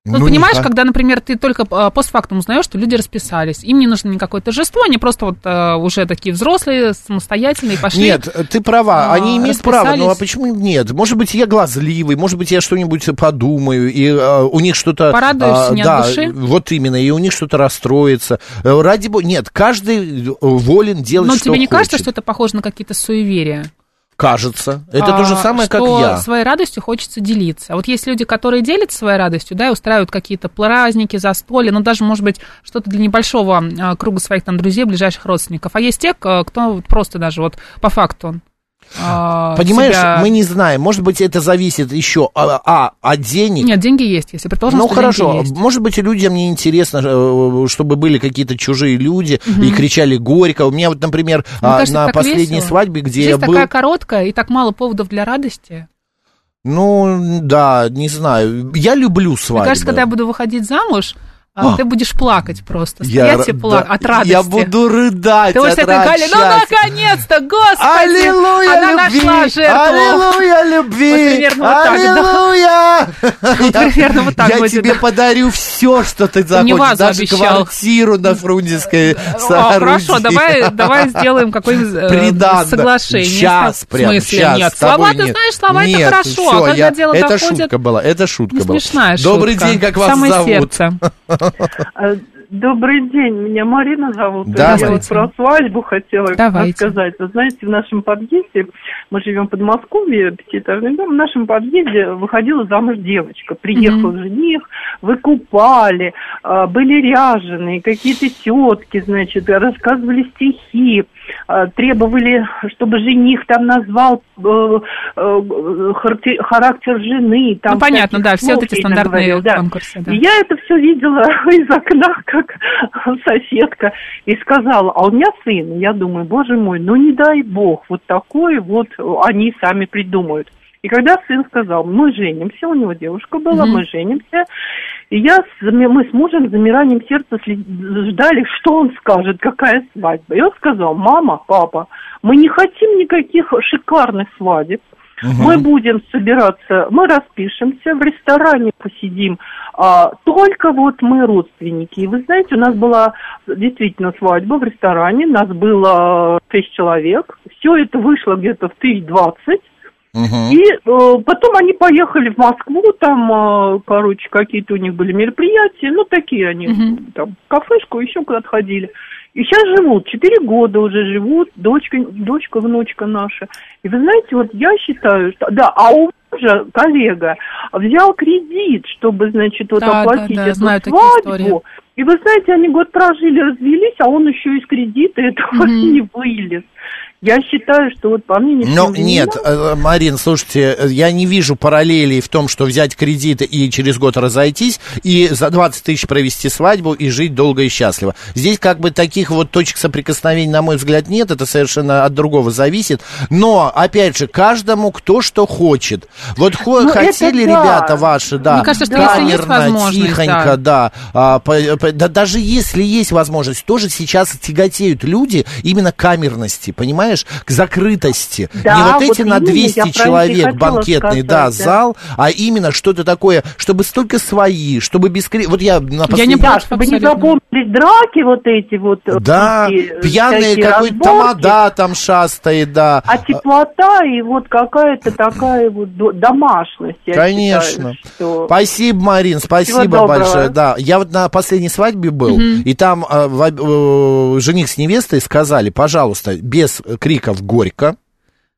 [SPEAKER 2] Ну,
[SPEAKER 1] не
[SPEAKER 2] понимаешь,
[SPEAKER 1] знаю.
[SPEAKER 2] когда, например, ты только а, постфактум узнаешь, что люди расписались, им не нужно никакое торжество, они просто вот а, уже такие взрослые, самостоятельные, пошли.
[SPEAKER 1] Нет, ты права,
[SPEAKER 2] А,
[SPEAKER 1] они имеют право, ну а
[SPEAKER 2] расписались.
[SPEAKER 1] почему нет? Может быть, я глазливый, может быть, я что-нибудь подумаю, и а, у них что-то...
[SPEAKER 2] Порадуешься
[SPEAKER 1] а,
[SPEAKER 2] не от
[SPEAKER 1] да,
[SPEAKER 2] души?
[SPEAKER 1] вот именно, и у них что-то расстроится. Э, Ради бога, нет, каждый э, волен делать,
[SPEAKER 2] Но
[SPEAKER 1] что
[SPEAKER 2] Ну, тебе не кажется,
[SPEAKER 1] хочет.
[SPEAKER 2] что это похоже на какие-то суеверия?
[SPEAKER 1] Кажется. Это
[SPEAKER 2] А,
[SPEAKER 1] то же самое, как
[SPEAKER 2] что
[SPEAKER 1] я.
[SPEAKER 2] своей радостью хочется делиться. Вот есть люди, которые делятся своей радостью, да, и устраивают какие-то праздники, застолья, ну, даже, может быть, что-то для небольшого а, круга своих там друзей, ближайших родственников. А есть те, к- кто вот просто даже вот по факту а,
[SPEAKER 1] Понимаешь,
[SPEAKER 2] себя-
[SPEAKER 1] мы не знаем, может быть, это зависит еще, а, а, от денег,
[SPEAKER 2] Нет, деньги есть, если предположим,
[SPEAKER 1] Ну
[SPEAKER 2] что
[SPEAKER 1] хорошо,
[SPEAKER 2] деньги есть.
[SPEAKER 1] может быть, людям не интересно, э, чтобы были какие-то чужие люди и кричали горько. У меня вот, например, а,
[SPEAKER 2] кажется,
[SPEAKER 1] на
[SPEAKER 2] так
[SPEAKER 1] последней
[SPEAKER 2] весело.
[SPEAKER 1] свадьбе, где я
[SPEAKER 2] Жизнь
[SPEAKER 1] был,
[SPEAKER 2] такая короткая и так мало поводов для радости.
[SPEAKER 1] ну да, не знаю, я люблю свадьбы.
[SPEAKER 2] Мне кажется, когда я буду выходить замуж, а,
[SPEAKER 1] А.
[SPEAKER 2] ты будешь плакать просто.
[SPEAKER 1] Я
[SPEAKER 2] Стоять и
[SPEAKER 1] ра-
[SPEAKER 2] плакать
[SPEAKER 1] да,
[SPEAKER 2] от радости.
[SPEAKER 1] Я буду рыдать
[SPEAKER 2] Ты вот с
[SPEAKER 1] от
[SPEAKER 2] этой Галей, ну
[SPEAKER 1] радости.
[SPEAKER 2] наконец-то, господи!
[SPEAKER 1] Аллилуйя,
[SPEAKER 2] «Ну, Она
[SPEAKER 1] любви!
[SPEAKER 2] нашла жертву.
[SPEAKER 1] Аллилуйя, любви!
[SPEAKER 2] Вот примерно вот так, да.
[SPEAKER 1] Аллилуйя!
[SPEAKER 2] Вот примерно вот так
[SPEAKER 1] я
[SPEAKER 2] будет,
[SPEAKER 1] тебе
[SPEAKER 2] да.
[SPEAKER 1] подарю все, что ты
[SPEAKER 2] мне
[SPEAKER 1] захочешь,
[SPEAKER 2] вазу
[SPEAKER 1] даже
[SPEAKER 2] обещал.
[SPEAKER 1] квартиру на Фрунзенской
[SPEAKER 2] О,
[SPEAKER 1] соорудил.
[SPEAKER 2] хорошо, давай, давай сделаем какое-нибудь э,
[SPEAKER 1] Приданно.
[SPEAKER 2] соглашение.
[SPEAKER 1] Сейчас
[SPEAKER 2] В
[SPEAKER 1] прям,
[SPEAKER 2] смысле?
[SPEAKER 1] сейчас.
[SPEAKER 2] нет.
[SPEAKER 1] с тобой
[SPEAKER 2] Слова, ты
[SPEAKER 1] нет.
[SPEAKER 2] знаешь, слова
[SPEAKER 1] Нет,
[SPEAKER 2] это хорошо,
[SPEAKER 1] всё,
[SPEAKER 2] а когда
[SPEAKER 1] я-
[SPEAKER 2] дело
[SPEAKER 1] это
[SPEAKER 2] доходит...
[SPEAKER 1] шутка была, это шутка
[SPEAKER 2] Не
[SPEAKER 1] была.
[SPEAKER 2] смешная
[SPEAKER 1] Добрый
[SPEAKER 2] шутка.
[SPEAKER 1] день, как вас
[SPEAKER 2] Самое
[SPEAKER 1] зовут?
[SPEAKER 2] сердце.
[SPEAKER 4] А, Добрый день, меня Марина зовут.
[SPEAKER 1] Да,
[SPEAKER 4] я
[SPEAKER 2] Марина.
[SPEAKER 4] вот про свадьбу хотела
[SPEAKER 2] Давайте.
[SPEAKER 4] рассказать. Вы знаете, в нашем подъезде, мы живем в Подмосковье, пятиэтажный дом, в нашем подъезде выходила замуж девочка. Приехал жених, выкупали, а, были ряженые, какие-то тетки, значит, рассказывали стихи, а, требовали, чтобы жених там назвал э, э, характер, характер жены. Там
[SPEAKER 2] Ну, понятно,
[SPEAKER 4] всяких
[SPEAKER 2] да, все вот
[SPEAKER 4] слов
[SPEAKER 2] эти
[SPEAKER 4] ей
[SPEAKER 2] стандартные
[SPEAKER 4] наговорил, да.
[SPEAKER 2] конкурсы. да.
[SPEAKER 4] И я это все видела из окна, как соседка, и сказала, а у меня сын, я думаю, боже мой, ну не дай бог, вот такой вот они сами придумают. И когда сын сказал, мы женимся, у него девушка была,
[SPEAKER 2] Мгм.
[SPEAKER 4] мы женимся, И я, с зами- мы с мужем с замиранием сердца сли- ждали, что он скажет, какая свадьба. И он сказал, мама, папа, мы не хотим никаких шикарных свадеб. Мы будем собираться, мы распишемся, в ресторане посидим. А, только вот мы родственники. И вы знаете, у нас была действительно свадьба в ресторане, нас было шесть человек. Все это вышло где-то в 1020.
[SPEAKER 1] Мгм.
[SPEAKER 4] И э, потом они поехали в Москву, там, э, короче, какие-то у них были мероприятия, ну, такие они,
[SPEAKER 2] Мгм.
[SPEAKER 4] там, в кафешку еще куда-то ходили. И сейчас живут, четыре года уже живут, дочка, дочка, внучка наша. И вы знаете, вот я считаю, что, да, а у мужа коллега взял кредит, чтобы, значит, вот
[SPEAKER 2] Да, да,
[SPEAKER 4] оплатить
[SPEAKER 2] да,
[SPEAKER 4] эту
[SPEAKER 2] знаю такие истории.
[SPEAKER 4] свадьбу. И вы знаете, они год прожили, развелись, а он еще из кредита этого
[SPEAKER 2] Мгм.
[SPEAKER 4] не вылез. Я считаю, что вот по мне
[SPEAKER 1] Ну, нет, э, Марин, слушайте, э, я не вижу параллелей в том, что взять кредит и через год разойтись, и за 20 тысяч провести свадьбу и жить долго и счастливо. Здесь как бы таких вот точек соприкосновения, на мой взгляд, нет, это совершенно от другого зависит. Но, опять же, каждому кто что хочет. Вот хо-
[SPEAKER 4] Ну, это
[SPEAKER 1] хотели
[SPEAKER 4] да.
[SPEAKER 1] ребята ваши, А, да.
[SPEAKER 2] Мне кажется, что если есть
[SPEAKER 1] камерно,
[SPEAKER 2] возможность,
[SPEAKER 1] тихонько, да. а, по- по- да. Даже если есть возможность, тоже сейчас тяготеют люди именно камерности, понимаешь, к закрытости.
[SPEAKER 4] Да,
[SPEAKER 1] не вот
[SPEAKER 4] вот
[SPEAKER 1] эти на
[SPEAKER 4] именно,
[SPEAKER 1] 200
[SPEAKER 4] я про это и
[SPEAKER 1] человек
[SPEAKER 4] хотела
[SPEAKER 1] банкетный,
[SPEAKER 4] сказать,
[SPEAKER 1] да,
[SPEAKER 4] да.
[SPEAKER 1] зал, а именно что-то такое, чтобы столько свои, чтобы без... кри- Вот я на
[SPEAKER 2] Я не
[SPEAKER 1] последнем-
[SPEAKER 2] против
[SPEAKER 4] чтобы не
[SPEAKER 2] абсолютно.
[SPEAKER 4] запомнились драки вот эти вот. э,
[SPEAKER 1] Да,
[SPEAKER 4] всякие, э,
[SPEAKER 1] пьяные
[SPEAKER 4] всякие
[SPEAKER 1] какой-то
[SPEAKER 4] разборки,
[SPEAKER 1] тамада там шастает, да.
[SPEAKER 4] А теплота и вот какая-то такая вот до- домашность. я
[SPEAKER 1] Конечно.
[SPEAKER 4] считаю, что-
[SPEAKER 1] Спасибо, Марин, спасибо
[SPEAKER 4] доброго.
[SPEAKER 1] большое. Да, я вот на последней свадьбе был, и там э, в об- э, жених с невестой сказали, пожалуйста, без криков горько.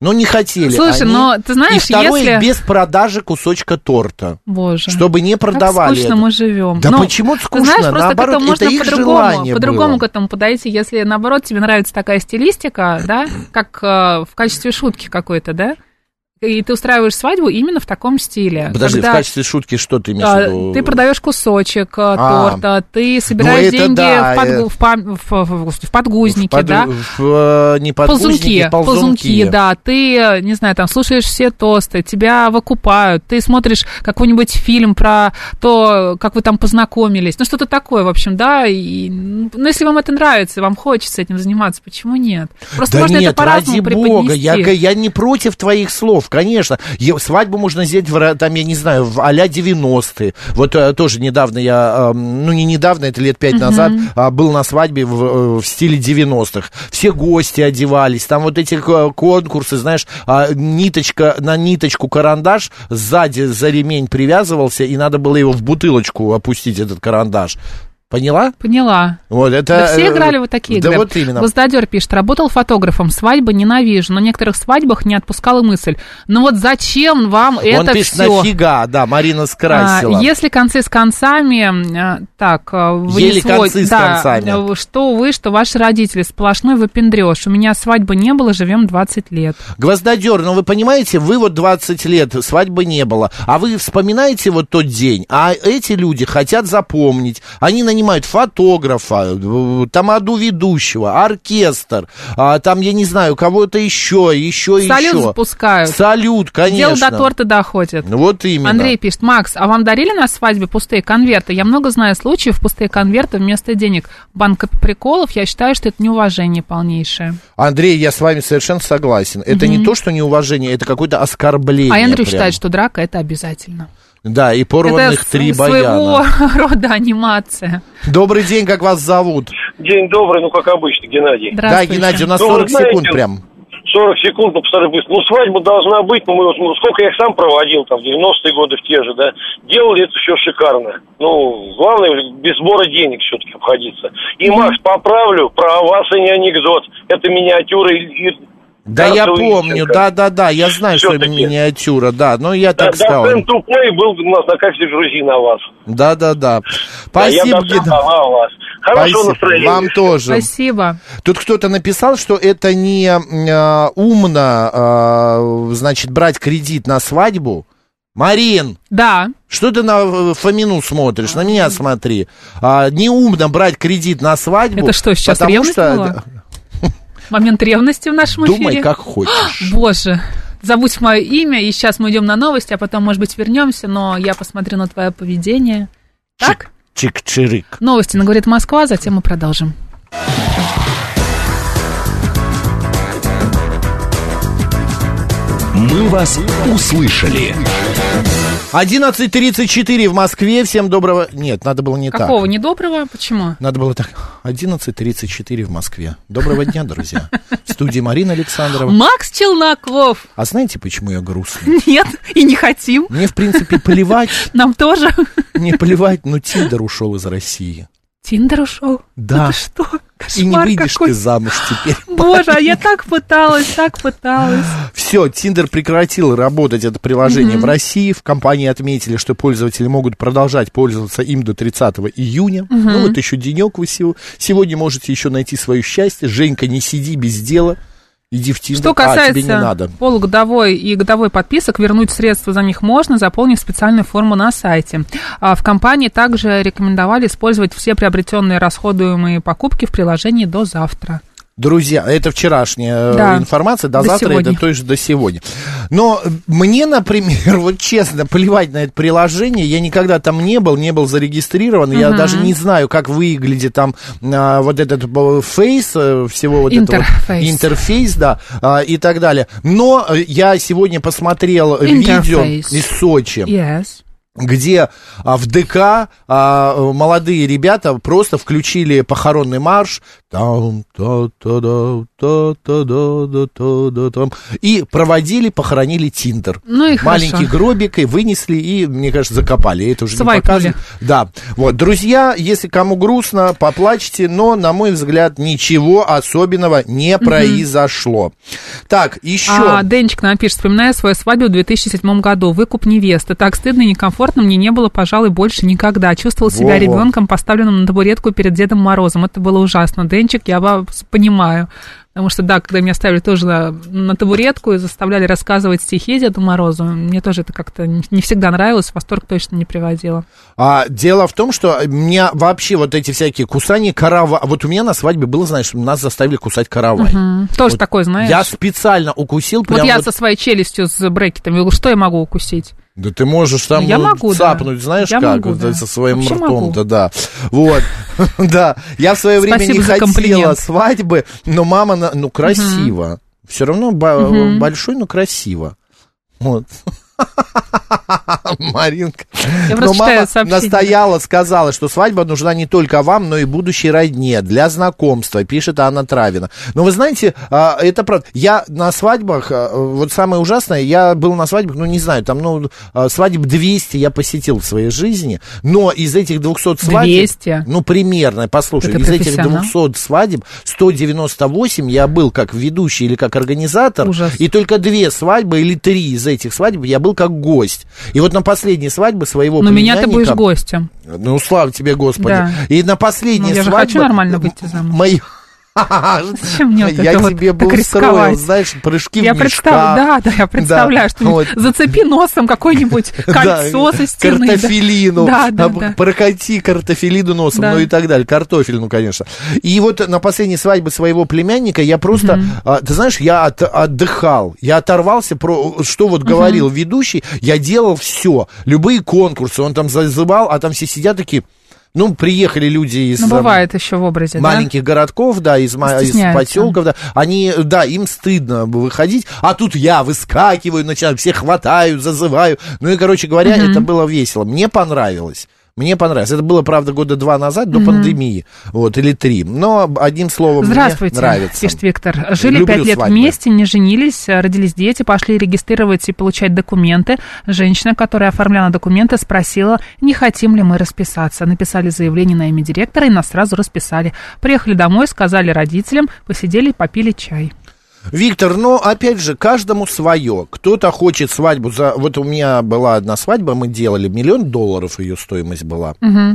[SPEAKER 1] Ну, не хотели.
[SPEAKER 2] Слушай,
[SPEAKER 1] они.
[SPEAKER 2] но ты знаешь,
[SPEAKER 1] и второе,
[SPEAKER 2] если-
[SPEAKER 1] без продажи кусочка торта,
[SPEAKER 2] Боже.
[SPEAKER 1] чтобы не продавали.
[SPEAKER 2] Как скучно
[SPEAKER 1] это.
[SPEAKER 2] мы Ну, живем.
[SPEAKER 1] Да почему скучно?
[SPEAKER 2] Ты знаешь, просто
[SPEAKER 1] Наоборот,
[SPEAKER 2] к этому можно
[SPEAKER 1] это их
[SPEAKER 2] по-другому,
[SPEAKER 1] желание
[SPEAKER 2] по-другому
[SPEAKER 1] было.
[SPEAKER 2] к этому подойти, если, наоборот, тебе нравится такая стилистика, да, как э, в качестве шутки какой-то, да, и ты устраиваешь свадьбу именно в таком стиле.
[SPEAKER 1] Подожди,
[SPEAKER 2] когда,
[SPEAKER 1] в качестве шутки что ты имеешь в
[SPEAKER 2] э,
[SPEAKER 1] виду?
[SPEAKER 2] Ты продаешь кусочек э,
[SPEAKER 1] А.
[SPEAKER 2] торта, ты собираешь
[SPEAKER 1] это
[SPEAKER 2] деньги
[SPEAKER 1] да, э.
[SPEAKER 2] в, подгу- в пам- в- в- в- в подгузнике,
[SPEAKER 1] В под-
[SPEAKER 2] да,
[SPEAKER 1] в, э, не
[SPEAKER 2] ползунки,
[SPEAKER 1] подгузники, ползунки.
[SPEAKER 2] ползунки, да, ты, э, не знаю, там слушаешь все тосты, тебя выкупают, ты смотришь какой-нибудь фильм про то, как вы там познакомились, ну что-то такое, в общем, да, и, ну, ну, если вам это нравится, и вам хочется этим заниматься, почему нет? Просто
[SPEAKER 1] Да
[SPEAKER 2] можно
[SPEAKER 1] нет,
[SPEAKER 2] это по-разному
[SPEAKER 1] ради бога, я,
[SPEAKER 2] преподнести.
[SPEAKER 1] г- я не против твоих слов, конечно. Е- свадьбу можно сделать, в, ра- там, я не знаю, в а-ля 90-е. Вот э, тоже недавно я, эм, ну не недавно, это лет пять назад, а, был на свадьбе в, э, в стиле 90-х. Все гости одевались, там вот эти э, конкурсы, знаешь, а, ниточка на ниточку карандаш сзади за ремень привязывался, и надо было его в бутылочку опустить, этот карандаш. Поняла?
[SPEAKER 2] Поняла.
[SPEAKER 1] Вот это...
[SPEAKER 2] Да все
[SPEAKER 1] э,
[SPEAKER 2] играли вот такие
[SPEAKER 1] да
[SPEAKER 2] игры.
[SPEAKER 1] вот именно.
[SPEAKER 2] Гвоздодер пишет, работал фотографом, свадьбы ненавижу, на некоторых свадьбах не отпускала мысль. Ну вот зачем вам
[SPEAKER 1] Он
[SPEAKER 2] это
[SPEAKER 1] пишет,
[SPEAKER 2] все?
[SPEAKER 1] нафига, да, Марина скрасила.
[SPEAKER 2] А, если концы с концами, а, так, а, вы не
[SPEAKER 1] Еле
[SPEAKER 2] свой-
[SPEAKER 1] концы с
[SPEAKER 2] да,
[SPEAKER 1] концами.
[SPEAKER 2] э, что вы, что ваши родители, сплошной выпендрешь. У меня свадьбы не было, живем 20 лет.
[SPEAKER 1] Гвоздодер, ну вы понимаете, вы вот 20 лет, свадьбы не было, а вы вспоминаете вот тот день, а эти люди хотят запомнить, они нанимают фотографа, э, тамаду ведущего, оркестр, а, там, я не знаю, кого-то еще, еще,
[SPEAKER 2] Салют
[SPEAKER 1] еще.
[SPEAKER 2] запускают.
[SPEAKER 1] Салют, конечно.
[SPEAKER 2] Дело до торта доходит.
[SPEAKER 1] Ну, Вот именно.
[SPEAKER 2] Андрей пишет, Макс, а вам дарили на свадьбе пустые конверты? Я много знаю случаев пустые конверты вместо денег. Банка приколов, я считаю, что это неуважение полнейшее.
[SPEAKER 1] Андрей, я с вами совершенно согласен. Это не то, что неуважение, это какое-то оскорбление.
[SPEAKER 2] а Эндрю
[SPEAKER 1] прям.
[SPEAKER 2] считает, что драка это обязательно.
[SPEAKER 1] Да, и порванных
[SPEAKER 2] это
[SPEAKER 1] три
[SPEAKER 2] с- своего
[SPEAKER 1] баяна.
[SPEAKER 2] рода анимация.
[SPEAKER 1] Добрый день, как вас зовут?
[SPEAKER 5] День добрый, ну как обычно, Геннадий.
[SPEAKER 1] Да,
[SPEAKER 2] Здравствуйте.
[SPEAKER 1] Геннадий, у нас
[SPEAKER 5] Ну, вы
[SPEAKER 1] 40 секунд
[SPEAKER 5] знаете,
[SPEAKER 1] прям.
[SPEAKER 5] 40 секунд, ну, постараюсь быстро. Ну, свадьба должна быть, ну, мы, вот, ну, сколько я их сам проводил, там, в 90-е годы в те же, да, делали это все шикарно. Ну, главное, без сбора денег все-таки обходиться. И, Макс, поправлю, про вас и не анекдот. Это миниатюра и... и-
[SPEAKER 1] Да, я
[SPEAKER 5] Тараса
[SPEAKER 1] помню,
[SPEAKER 5] Ильиченко.
[SPEAKER 1] да-да-да, я знаю, что
[SPEAKER 5] Всё-таки.
[SPEAKER 1] миниатюра, да, но я
[SPEAKER 5] Да,
[SPEAKER 1] так сказал.
[SPEAKER 5] доцент тупой был у нас на кафедре грузи на вас.
[SPEAKER 1] Да-да-да.
[SPEAKER 5] Да, я
[SPEAKER 1] Спасибо,
[SPEAKER 5] доцент,
[SPEAKER 1] Гена-
[SPEAKER 5] а она у вас. Хорошего
[SPEAKER 1] Спасибо.
[SPEAKER 5] настроения.
[SPEAKER 1] Вам тоже.
[SPEAKER 2] Спасибо.
[SPEAKER 1] Тут кто-то написал, что это не м, а, умно, а, значит, брать кредит на свадьбу. Марин,
[SPEAKER 2] Да.
[SPEAKER 1] что ты на э, Фомину смотришь? На меня смотри. А, неумно брать кредит на свадьбу.
[SPEAKER 2] Это что, сейчас
[SPEAKER 1] потому
[SPEAKER 2] ревность
[SPEAKER 1] что...
[SPEAKER 2] была? Момент ревности в нашем
[SPEAKER 1] Думай,
[SPEAKER 2] эфире.
[SPEAKER 1] как хочешь.
[SPEAKER 2] Боже. Забудь мое имя, и сейчас мы идем на новости, а потом, может быть, вернемся, но я посмотрю на твое поведение Так?
[SPEAKER 1] Чик-чирик.
[SPEAKER 2] Новости на «Говорит Москва», затем мы продолжим.
[SPEAKER 3] «Мы вас услышали».
[SPEAKER 1] 11.34 в Москве. Всем доброго... Нет, надо было не
[SPEAKER 2] Какого
[SPEAKER 1] так.
[SPEAKER 2] недоброго? Почему?
[SPEAKER 1] Надо было так. 11.34 в Москве. Доброго дня, друзья. В студии Марина Александрова.
[SPEAKER 2] Макс Челноков.
[SPEAKER 1] А знаете, почему я грустный?
[SPEAKER 2] Нет, и не хотим.
[SPEAKER 1] Мне, в принципе, плевать,
[SPEAKER 2] Нам тоже.
[SPEAKER 1] не плевать, но Тиндер ушел из России.
[SPEAKER 2] Тиндер ушел.
[SPEAKER 1] Да.
[SPEAKER 2] Это что?
[SPEAKER 1] И не
[SPEAKER 2] Кошмар
[SPEAKER 1] выйдешь
[SPEAKER 2] какой.
[SPEAKER 1] ты замуж теперь.
[SPEAKER 2] Боже, а я так пыталась, так пыталась.
[SPEAKER 1] Все, Тиндер прекратил работать это приложение в России. В компании отметили, что пользователи могут продолжать пользоваться им до 30 июня. Ну вот еще денек вы сего- сегодня можете еще найти свое счастье. Женька, не сиди без дела. Иди в
[SPEAKER 2] Что
[SPEAKER 1] Тиндер. А, тебе не
[SPEAKER 2] касается
[SPEAKER 1] надо.
[SPEAKER 2] полугодовой и годовой подписок, вернуть средства за них можно, заполнив специальную форму на сайте. А В компании также рекомендовали использовать все приобретенные расходуемые покупки в приложении до завтра.
[SPEAKER 1] Друзья, это вчерашняя э,
[SPEAKER 2] Да.
[SPEAKER 1] информация, до,
[SPEAKER 2] До
[SPEAKER 1] завтра
[SPEAKER 2] сегодня.
[SPEAKER 1] это то есть до сегодня. Но э, мне, например, вот честно, плевать на это приложение, я никогда там не был, не был зарегистрирован, я даже не знаю, как выглядит там а, вот этот б- фейс э, всего вот этого
[SPEAKER 2] Интерфейс.
[SPEAKER 1] интерфейс, да, а, и так далее. Но э, я сегодня посмотрел видео
[SPEAKER 2] Интерфейс.
[SPEAKER 1] из Сочи
[SPEAKER 2] Yes.
[SPEAKER 1] где а, в ДК а, э, молодые ребята просто включили похоронный марш там, та, та, да, та, та, да, да, та, да, там, и проводили, похоронили Тиндер.
[SPEAKER 2] Ну и
[SPEAKER 1] Маленький
[SPEAKER 2] хорошо.
[SPEAKER 1] гробик и вынесли, и, мне кажется, закопали. Это уже не
[SPEAKER 2] Свайпнули.
[SPEAKER 1] показывает. Да. Вот, друзья, если кому грустно, поплачьте, но, на мой взгляд, ничего особенного не произошло. Так, еще.
[SPEAKER 2] А, Денчик нам пишет, вспоминая свою свадьбу в 2007 году, выкуп невесты. Так стыдно и некомфортно мне не было, пожалуй, больше никогда. Чувствовал себя
[SPEAKER 1] Во-во.
[SPEAKER 2] ребенком, поставленным на табуретку перед Дедом Морозом. Это было ужасно. Денчик, я вас понимаю. Потому что, да, когда меня ставили тоже на, на табуретку и заставляли рассказывать стихи Деду Морозу, мне тоже это как-то не не всегда нравилось, в восторг точно не приводило.
[SPEAKER 1] А дело в том, что меня вообще вот эти всякие кусания карава... Вот у меня на свадьбе было, знаешь, нас заставили кусать каравай.
[SPEAKER 2] М, Тоже
[SPEAKER 1] Вот
[SPEAKER 2] такой, знаешь.
[SPEAKER 1] Я специально укусил
[SPEAKER 2] вот
[SPEAKER 1] прям
[SPEAKER 2] я
[SPEAKER 1] вот-
[SPEAKER 2] со своей челюстью с брекетами, что я могу укусить?
[SPEAKER 1] Да ты можешь там
[SPEAKER 2] Ну, я
[SPEAKER 1] вот
[SPEAKER 2] могу, да.
[SPEAKER 1] цапнуть, знаешь,
[SPEAKER 2] Я
[SPEAKER 1] как,
[SPEAKER 2] могу,
[SPEAKER 1] вот,
[SPEAKER 2] да.
[SPEAKER 1] со своим
[SPEAKER 2] Вообще
[SPEAKER 1] ртом-то, да. Вот, да. Я в свое время
[SPEAKER 2] Спасибо
[SPEAKER 1] не
[SPEAKER 2] за
[SPEAKER 1] хотела
[SPEAKER 2] комплимент.
[SPEAKER 1] свадьбы, но мама, на- ну, красиво. Все равно ба- большой, но красиво. Вот. Маринка.
[SPEAKER 2] Я
[SPEAKER 1] Но
[SPEAKER 2] просто
[SPEAKER 1] Ну, мама
[SPEAKER 2] читаю сообщение.
[SPEAKER 1] настояла, сказала, что свадьба нужна не только вам, но и будущей родне, для знакомства, пишет Анна Травина. Но вы знаете, а, это правда. Я на свадьбах, а, вот самое ужасное, я был на свадьбах, ну не знаю, там, ну, а, свадеб 200 я посетил в своей жизни, но из этих 200 свадеб...
[SPEAKER 2] 200?
[SPEAKER 1] Ну, примерно, послушай,
[SPEAKER 2] Это
[SPEAKER 1] из этих
[SPEAKER 2] профессионал.
[SPEAKER 1] 200 свадеб 198 я был как ведущий или как организатор,
[SPEAKER 2] Ужас.
[SPEAKER 1] и только две свадьбы или три из этих свадеб я был как гость. И вот на последней свадьбе своего
[SPEAKER 2] Но меня ты будешь
[SPEAKER 1] племянника-
[SPEAKER 2] гостем.
[SPEAKER 1] Ну, слава тебе, Господи.
[SPEAKER 2] Да.
[SPEAKER 1] И на последней
[SPEAKER 2] Ну, я же
[SPEAKER 1] свадьбе...
[SPEAKER 2] хочу нормально выйти замуж.
[SPEAKER 1] Мои...
[SPEAKER 2] Зачем мне вот
[SPEAKER 1] я
[SPEAKER 2] это вот
[SPEAKER 1] тебе
[SPEAKER 2] так
[SPEAKER 1] бы устроил,
[SPEAKER 2] рисковать?
[SPEAKER 1] знаешь, прыжки
[SPEAKER 2] Я
[SPEAKER 1] в мешках.
[SPEAKER 2] представляю, да, да, я представляю, что
[SPEAKER 1] вот.
[SPEAKER 2] зацепи носом какое-нибудь кольцо
[SPEAKER 1] Да,
[SPEAKER 2] со стены. да.
[SPEAKER 1] Картофелину.
[SPEAKER 2] Да, да,
[SPEAKER 1] А,
[SPEAKER 2] да.
[SPEAKER 1] Прокати картофелину носом,
[SPEAKER 2] Да.
[SPEAKER 1] ну и так далее. Картофельну, конечно. И вот на последней свадьбе своего племянника я просто, а, ты знаешь, я от- отдыхал. Я оторвался, про, что вот говорил ведущий, я делал все. Любые конкурсы, он там зазывал, а там все сидят такие... Ну, приехали люди из...
[SPEAKER 2] Ну,
[SPEAKER 1] эм,
[SPEAKER 2] бывает еще в образе, да?
[SPEAKER 1] маленьких городков, да, из, ма- из
[SPEAKER 2] Стесняются.
[SPEAKER 1] поселков, да, они, да, им стыдно выходить, а тут я выскакиваю, начинаю, все хватаю, зазываю, ну и, короче говоря, это было весело, мне понравилось. Мне понравилось. Это было, правда, года два назад, до пандемии, вот, или три. Но, одним словом,
[SPEAKER 2] Здравствуйте,
[SPEAKER 1] мне нравится.
[SPEAKER 2] пишет Виктор. Жили
[SPEAKER 1] Люблю
[SPEAKER 2] пять лет
[SPEAKER 1] свадьбы.
[SPEAKER 2] вместе, не женились, э, родились дети, пошли регистрировать и получать документы. Женщина, которая оформляла документы, спросила, не хотим ли мы расписаться. Написали заявление на имя директора и нас сразу расписали. Приехали домой, сказали родителям, посидели, попили чай.
[SPEAKER 1] Виктор, но опять же, каждому свое. Кто-то хочет свадьбу за... Вот у меня была одна свадьба, мы делали, миллион долларов ее стоимость была.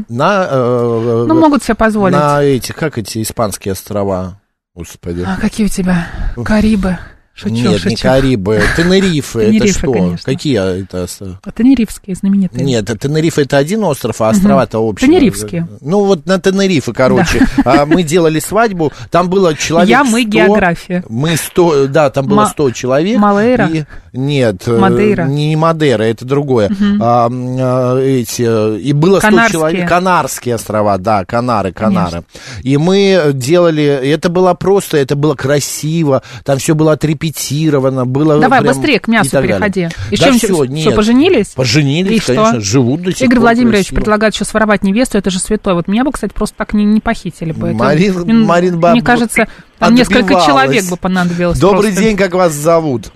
[SPEAKER 1] На, э,
[SPEAKER 2] Ну, могут себе позволить.
[SPEAKER 1] На эти, как эти испанские острова? Господи.
[SPEAKER 2] А какие у тебя Карибы? Шучу,
[SPEAKER 1] Нет,
[SPEAKER 2] шучу.
[SPEAKER 1] не Карибы. Тенерифы, это
[SPEAKER 2] Тенерифе,
[SPEAKER 1] что?
[SPEAKER 2] конечно.
[SPEAKER 1] Какие это? острова?
[SPEAKER 2] А Тенерифские знаменитые.
[SPEAKER 1] Нет, э, Тенерифе это один остров, а острова-то общие.
[SPEAKER 2] Тенерифские.
[SPEAKER 1] Ну вот на Тенерифе, короче. А, Мы делали свадьбу, там было человек
[SPEAKER 2] Я, мы,
[SPEAKER 1] 100.
[SPEAKER 2] география.
[SPEAKER 1] Мы 100, да, там было
[SPEAKER 2] Ма-
[SPEAKER 1] 100 человек.
[SPEAKER 2] Малейра?
[SPEAKER 1] и- Нет. э,
[SPEAKER 2] Мадейра?
[SPEAKER 1] Не Мадейра, это другое. А, м, а, эти, э, и было 100
[SPEAKER 2] Канарские.
[SPEAKER 1] человек. Канарские острова, да, Канары, Канары. И мы делали, это было просто, это было красиво, там все было отрепетировано,
[SPEAKER 2] Давай
[SPEAKER 1] было ну, Э, прям-
[SPEAKER 2] быстрее к
[SPEAKER 1] и
[SPEAKER 2] мясу
[SPEAKER 1] так далее.
[SPEAKER 2] переходи. И
[SPEAKER 1] Да
[SPEAKER 2] чем-
[SPEAKER 1] всё,
[SPEAKER 2] Что,
[SPEAKER 1] нет.
[SPEAKER 2] поженились? И
[SPEAKER 1] Поженились,
[SPEAKER 2] что?
[SPEAKER 1] конечно, живут до сих
[SPEAKER 2] Игорь
[SPEAKER 1] пор ну.
[SPEAKER 2] Владимирович
[SPEAKER 1] красиво.
[SPEAKER 2] предлагает еще своровать невесту, это же святое. Вот меня бы, кстати, просто так не, не похитили бы. Это,
[SPEAKER 1] Марин-
[SPEAKER 2] м,
[SPEAKER 1] Марин
[SPEAKER 2] Мне
[SPEAKER 1] Баб-
[SPEAKER 2] кажется, там несколько
[SPEAKER 1] отбивалась.
[SPEAKER 2] человек бы понадобилось.
[SPEAKER 1] Добрый
[SPEAKER 2] просто.
[SPEAKER 1] день, как вас зовут?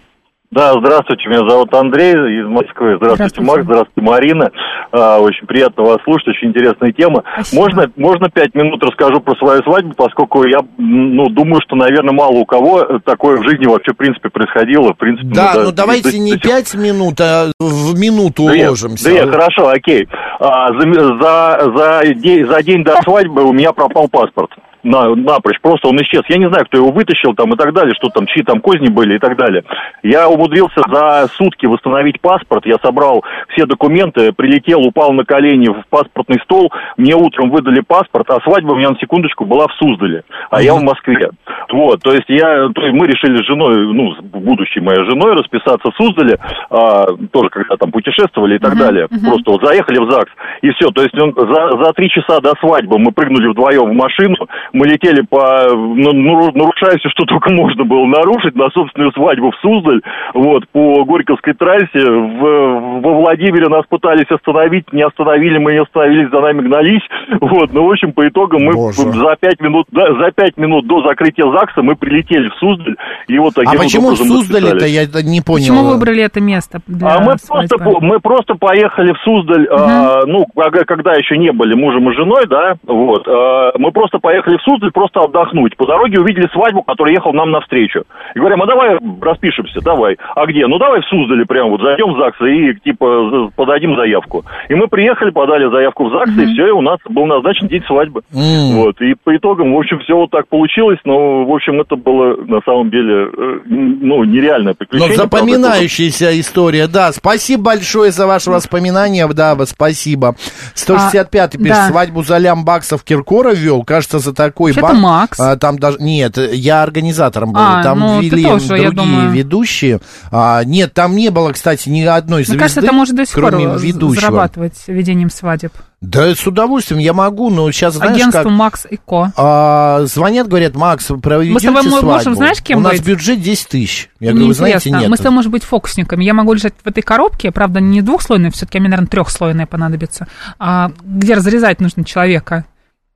[SPEAKER 6] Да, здравствуйте, меня зовут Андрей из Москвы. Здравствуйте,
[SPEAKER 2] Здравствуйте.
[SPEAKER 6] Макс, здравствуйте, Марина. А, Очень приятно вас слушать, очень интересная тема.
[SPEAKER 2] Спасибо.
[SPEAKER 6] Можно, можно пять минут расскажу про свою свадьбу, поскольку я м, ну, думаю, что, наверное, мало у кого э, такое в жизни вообще, в принципе, происходило. В принципе,
[SPEAKER 1] Да,
[SPEAKER 6] даже
[SPEAKER 1] ну
[SPEAKER 6] до-
[SPEAKER 1] давайте
[SPEAKER 6] до-
[SPEAKER 1] не
[SPEAKER 6] до сих
[SPEAKER 1] пять минут, а в минуту
[SPEAKER 6] да я-
[SPEAKER 1] уложимся.
[SPEAKER 6] Да, я, хорошо, окей. А, за, за, за день, за день до свадьбы у меня пропал паспорт. На, напрочь, просто он исчез. Я не знаю, кто его вытащил там и так далее, что там, чьи там козни были и так далее. Я умудрился за сутки восстановить паспорт, я собрал все документы, прилетел, упал на колени в паспортный стол, мне утром выдали паспорт, а свадьба у меня на секундочку была в Суздале, а я в Москве. Вот, то есть я, то есть мы решили с женой, ну, с будущей моей женой расписаться в Суздале, а, тоже когда там путешествовали и так далее. Просто вот заехали в ЗАГС, и все. То есть он за, за три часа до свадьбы мы прыгнули вдвоем в машину, мы летели по, ну, ну, нарушая все, что только можно было нарушить, на собственную свадьбу в Суздаль, вот, по Горьковской трассе. В, во Владимире нас пытались остановить, не остановили, мы не остановились, за нами гнались. Вот, ну, в общем, по итогам мы
[SPEAKER 1] Боже.
[SPEAKER 6] за пять минут, да, за пять минут до закрытия ЗАГСа мы прилетели в Суздаль, и вот таким
[SPEAKER 1] А
[SPEAKER 6] вот
[SPEAKER 1] почему в
[SPEAKER 6] образом
[SPEAKER 1] Суздале-то,
[SPEAKER 6] расписались.
[SPEAKER 1] я это не понял.
[SPEAKER 2] Почему выбрали это место для
[SPEAKER 6] А мы
[SPEAKER 2] свадьбы?
[SPEAKER 6] просто, по- мы просто поехали в Суздаль, а, ну, кога- когда еще не были мужем и женой, да, вот, а, мы просто поехали в Суздаль просто отдохнуть. По дороге увидели свадьбу, которая ехала нам навстречу. И говорим, а давай распишемся, давай. А где? Ну, давай в Суздале прям вот, зайдем в ЗАГС и, типа, з- подадим заявку. И мы приехали, подали заявку в ЗАГС, и все, и у нас был назначен день свадьбы.
[SPEAKER 1] М.
[SPEAKER 6] Вот, и по итогам, в общем, все вот так получилось, но, в общем, это было, на самом деле, э, н- ну, нереальное
[SPEAKER 1] Но
[SPEAKER 6] приключение. правда, это было
[SPEAKER 1] запоминающаяся история, да. Спасибо большое за ваше воспоминание, да, вот спасибо. 165-й пишет,
[SPEAKER 2] А, да.
[SPEAKER 1] свадьбу за лям баксов Киркора вел, кажется, за такой
[SPEAKER 2] Вообще-то Макс.
[SPEAKER 1] а, там даже, нет, я организатором был,
[SPEAKER 2] А,
[SPEAKER 1] там
[SPEAKER 2] ну, ты
[SPEAKER 1] вели
[SPEAKER 2] тоже, я
[SPEAKER 1] другие
[SPEAKER 2] думаю.
[SPEAKER 1] ведущие. А, нет, там не было, кстати, ни одной звезды,
[SPEAKER 2] Мне кажется, это может до сих пор
[SPEAKER 1] кроме
[SPEAKER 2] з-
[SPEAKER 1] ведущего.
[SPEAKER 2] зарабатывать ведением свадеб.
[SPEAKER 1] Да, с удовольствием, я могу, но сейчас, знаешь,
[SPEAKER 2] Агентство
[SPEAKER 1] как...
[SPEAKER 2] Макс и Ко.
[SPEAKER 1] А, звонят, говорят, Макс, проведите
[SPEAKER 2] Мы с тобой
[SPEAKER 1] свадьбу.
[SPEAKER 2] можем, знаешь, кем
[SPEAKER 1] У нас
[SPEAKER 2] быть?
[SPEAKER 1] бюджет 10 тысяч. Я говорю, вы знаете,
[SPEAKER 2] Неинтересно.
[SPEAKER 1] нет.
[SPEAKER 2] Мы с тобой, может быть, фокусниками. Я могу лежать в этой коробке, правда, не двухслойная, все-таки мне, наверное, трехслойная понадобится, а, где разрезать нужно человека.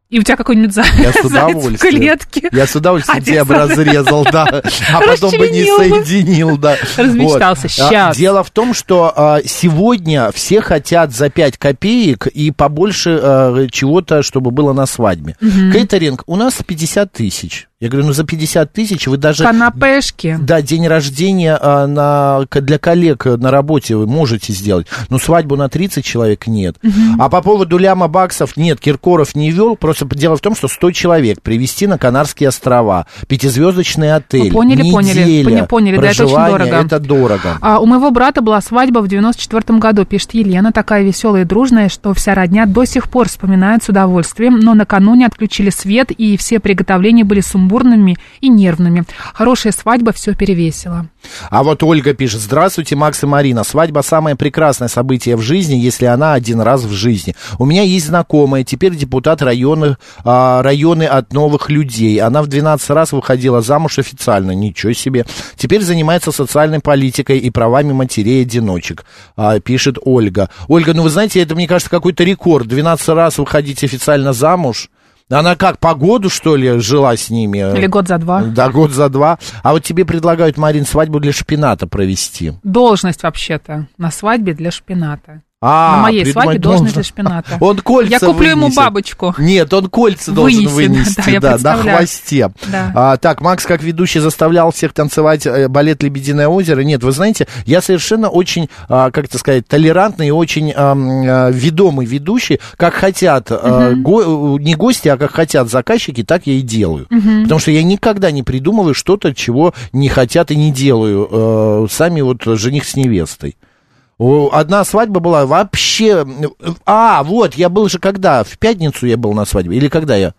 [SPEAKER 2] И у тебя какой-нибудь за...
[SPEAKER 1] Я с
[SPEAKER 2] заяц в
[SPEAKER 1] удовольствием.
[SPEAKER 2] клетке.
[SPEAKER 1] Я с удовольствием
[SPEAKER 2] Один
[SPEAKER 1] тебя бы
[SPEAKER 2] раз-
[SPEAKER 1] разрезал, да. А потом бы не
[SPEAKER 2] Расчленил бы.
[SPEAKER 1] соединил, да.
[SPEAKER 2] Размечтался.
[SPEAKER 1] Вот. А,
[SPEAKER 2] Щас.
[SPEAKER 1] Дело в том, что а, сегодня все хотят за 5 копеек и побольше а, чего-то, чтобы было на свадьбе. Кейтеринг у нас 50 тысяч. Я говорю, ну за 50 тысяч вы даже...
[SPEAKER 2] Канапешки.
[SPEAKER 1] Да, день рождения а, на, к- для коллег э, на работе вы можете сделать, но свадьбу на 30 человек нет. А по поводу ляма баксов, нет, Киркоров не вел, просто дело в том, что 100 человек привезти на Канарские острова, пятизвездочный отель,
[SPEAKER 2] Ну, поняли, поняли,
[SPEAKER 1] неделя,
[SPEAKER 2] поня- поняли, да, это очень
[SPEAKER 1] проживание,
[SPEAKER 2] дорого.
[SPEAKER 1] это дорого.
[SPEAKER 2] А, у моего брата была свадьба в 94 году, пишет Елена, такая веселая и дружная, что вся родня до сих пор вспоминает с удовольствием, но накануне отключили свет, и все приготовления были сумбурными и нервными. Хорошая свадьба все перевесила.
[SPEAKER 1] А вот Ольга пишет, здравствуйте, Макс и Марина. Свадьба самое прекрасное событие в жизни, если она один раз в жизни. У меня есть знакомая, теперь депутат района, а, районы от новых людей. Она в 12 раз выходила замуж официально, ничего себе. Теперь занимается социальной политикой и правами матерей-одиночек, а, пишет Ольга. Ольга, ну вы знаете, это, мне кажется, какой-то рекорд. 12 раз выходить официально замуж. Она как, по году, что ли, жила с ними?
[SPEAKER 2] Или год за два.
[SPEAKER 1] Да, год за два. А вот тебе предлагают, Марин, свадьбу для шпината провести.
[SPEAKER 2] Должность вообще-то на свадьбе для шпината.
[SPEAKER 1] А,
[SPEAKER 2] На моей
[SPEAKER 1] придумать
[SPEAKER 2] свадьбе должен
[SPEAKER 1] должен.
[SPEAKER 2] для шпината.
[SPEAKER 1] Он кольца
[SPEAKER 2] Я куплю ему
[SPEAKER 1] вынесет.
[SPEAKER 2] бабочку.
[SPEAKER 1] Нет, он кольца должен
[SPEAKER 2] Вынесет, да,
[SPEAKER 1] вынести,
[SPEAKER 2] я
[SPEAKER 1] да, на
[SPEAKER 2] представляю.
[SPEAKER 1] хвосте.
[SPEAKER 2] Да.
[SPEAKER 1] А, так, Макс, как ведущий, заставлял всех танцевать э, балет «Лебединое озеро». Нет, вы знаете, я совершенно очень, а, как это сказать, толерантный и очень ам, а, ведомый ведущий. Как хотят а, го- не гости, а как хотят заказчики, так я и делаю.
[SPEAKER 2] Мгм.
[SPEAKER 1] Потому что я никогда не придумываю что-то, чего не хотят и не делаю. э, сами вот жених с невестой. О, Одна свадьба была вообще... А, вот, я был же когда? В пятницу я был на свадьбе? Или когда я?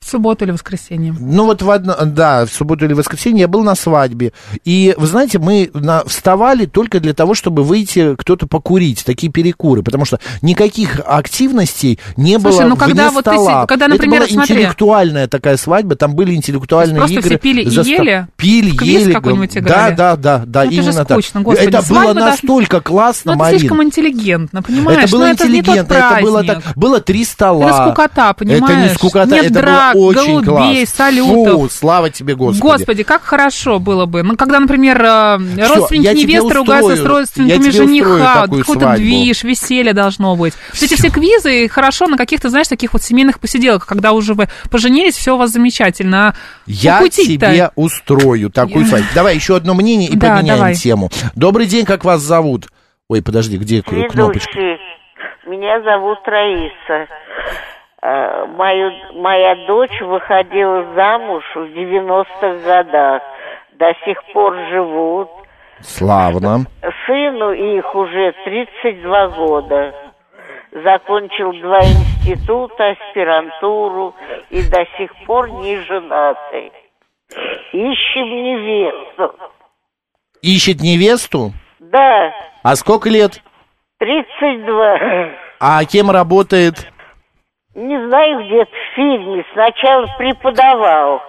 [SPEAKER 2] В субботу или воскресенье.
[SPEAKER 1] Ну вот в одно, да, в субботу или воскресенье я был на свадьбе. И вы знаете, мы на- вставали только для того, чтобы выйти кто-то покурить, такие перекуры, потому что никаких активностей не
[SPEAKER 2] Слушай,
[SPEAKER 1] было
[SPEAKER 2] ну, когда
[SPEAKER 1] вне
[SPEAKER 2] вот ты си-
[SPEAKER 1] стола.
[SPEAKER 2] когда, например,
[SPEAKER 1] Это была
[SPEAKER 2] смотри.
[SPEAKER 1] интеллектуальная такая свадьба, там были интеллектуальные
[SPEAKER 2] просто
[SPEAKER 1] игры.
[SPEAKER 2] все пили и
[SPEAKER 1] за ста-
[SPEAKER 2] ели?
[SPEAKER 1] Пили,
[SPEAKER 2] Квиз
[SPEAKER 1] ели.
[SPEAKER 2] какой-нибудь
[SPEAKER 1] Да,
[SPEAKER 2] играли?
[SPEAKER 1] да, да, да,
[SPEAKER 2] Ну, это же
[SPEAKER 1] именно так.
[SPEAKER 2] скучно, господи,
[SPEAKER 1] Это было
[SPEAKER 2] свадьба должна-
[SPEAKER 1] настолько классно,
[SPEAKER 2] Ну, это
[SPEAKER 1] Марин.
[SPEAKER 2] слишком интеллигентно, понимаешь?
[SPEAKER 1] Это было
[SPEAKER 2] Ну, не тот
[SPEAKER 1] интеллигентно, это было
[SPEAKER 2] праздник.
[SPEAKER 1] так, было три стола.
[SPEAKER 2] Это скукота,
[SPEAKER 1] Это
[SPEAKER 2] понимаешь?
[SPEAKER 1] не скукота,
[SPEAKER 2] Нет
[SPEAKER 1] это
[SPEAKER 2] драк,
[SPEAKER 1] было очень
[SPEAKER 2] голубей,
[SPEAKER 1] классно.
[SPEAKER 2] салютов.
[SPEAKER 1] Фу, слава тебе, Господи.
[SPEAKER 2] Господи, как хорошо было бы. Ну, когда, например, э,
[SPEAKER 1] Всё,
[SPEAKER 2] родственники
[SPEAKER 1] я тебе
[SPEAKER 2] невесты ругаются с
[SPEAKER 1] устрою,
[SPEAKER 2] родственниками
[SPEAKER 1] я тебе устрою
[SPEAKER 2] жениха,
[SPEAKER 1] такую
[SPEAKER 2] какой-то
[SPEAKER 1] свадьбу.
[SPEAKER 2] движ, веселье должно быть. Вот эти все квизы хорошо на каких-то, знаешь, таких вот семейных посиделках, когда уже вы поженились, все у вас замечательно. А
[SPEAKER 1] Я
[SPEAKER 2] покутить-то?
[SPEAKER 1] тебе устрою такую
[SPEAKER 2] Я-
[SPEAKER 1] свадьбу. Давай еще одно мнение и
[SPEAKER 2] Да,
[SPEAKER 1] поменяем
[SPEAKER 2] давай.
[SPEAKER 1] тему. Добрый день, как вас зовут? Ой, подожди, где к- кнопочка?
[SPEAKER 7] Ведущий. Меня зовут Раиса. Э, Мою, моя дочь выходила замуж в 90-х годах. До сих пор живут.
[SPEAKER 1] Славно.
[SPEAKER 7] Сыну их уже 32 года. Закончил два института, аспирантуру и до сих пор не женатый. Ищем невесту.
[SPEAKER 1] Ищет невесту?
[SPEAKER 7] Да,
[SPEAKER 1] А сколько лет?
[SPEAKER 7] 32.
[SPEAKER 1] А кем работает?
[SPEAKER 7] Не знаю, где-то в фильме. Сначала преподавал,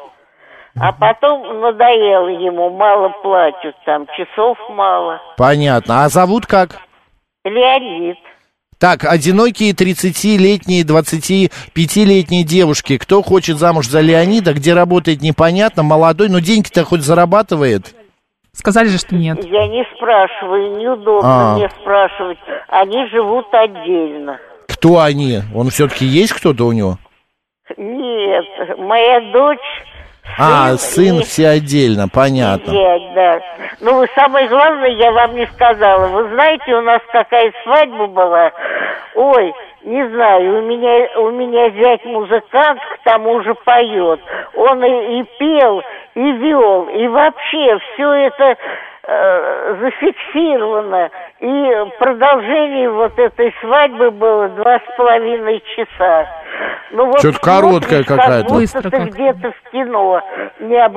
[SPEAKER 7] а потом надоело ему. Мало платят там, часов мало.
[SPEAKER 1] Понятно. А зовут как?
[SPEAKER 7] Леонид.
[SPEAKER 1] Так, одинокие 30-летние, 25-летние девушки. Кто хочет замуж за Леонида, где работает, непонятно, молодой, но деньги-то хоть зарабатывает?
[SPEAKER 2] Сказали же, что нет.
[SPEAKER 7] Я не спрашиваю, неудобно
[SPEAKER 1] А.
[SPEAKER 7] мне спрашивать. Они живут отдельно.
[SPEAKER 1] Кто они? Он все-таки есть кто-то у него?
[SPEAKER 7] Нет, моя дочь
[SPEAKER 1] А, сын все отдельно, понятно.
[SPEAKER 7] Есть, да. Ну, вы самое главное, я вам не сказала. Вы знаете, у нас какая свадьба была? Ой, не знаю, у меня, у меня зять музыкант, к тому же поет. Он и, и пел, и вел, и вообще все это э, зафиксировано. И продолжение вот этой свадьбы было два с половиной часа. Ну, вот
[SPEAKER 1] Чё-то короткая
[SPEAKER 7] смотришь, как
[SPEAKER 1] какая-то.
[SPEAKER 7] будто
[SPEAKER 1] Быстро
[SPEAKER 7] ты
[SPEAKER 1] как-то.
[SPEAKER 7] где-то в кино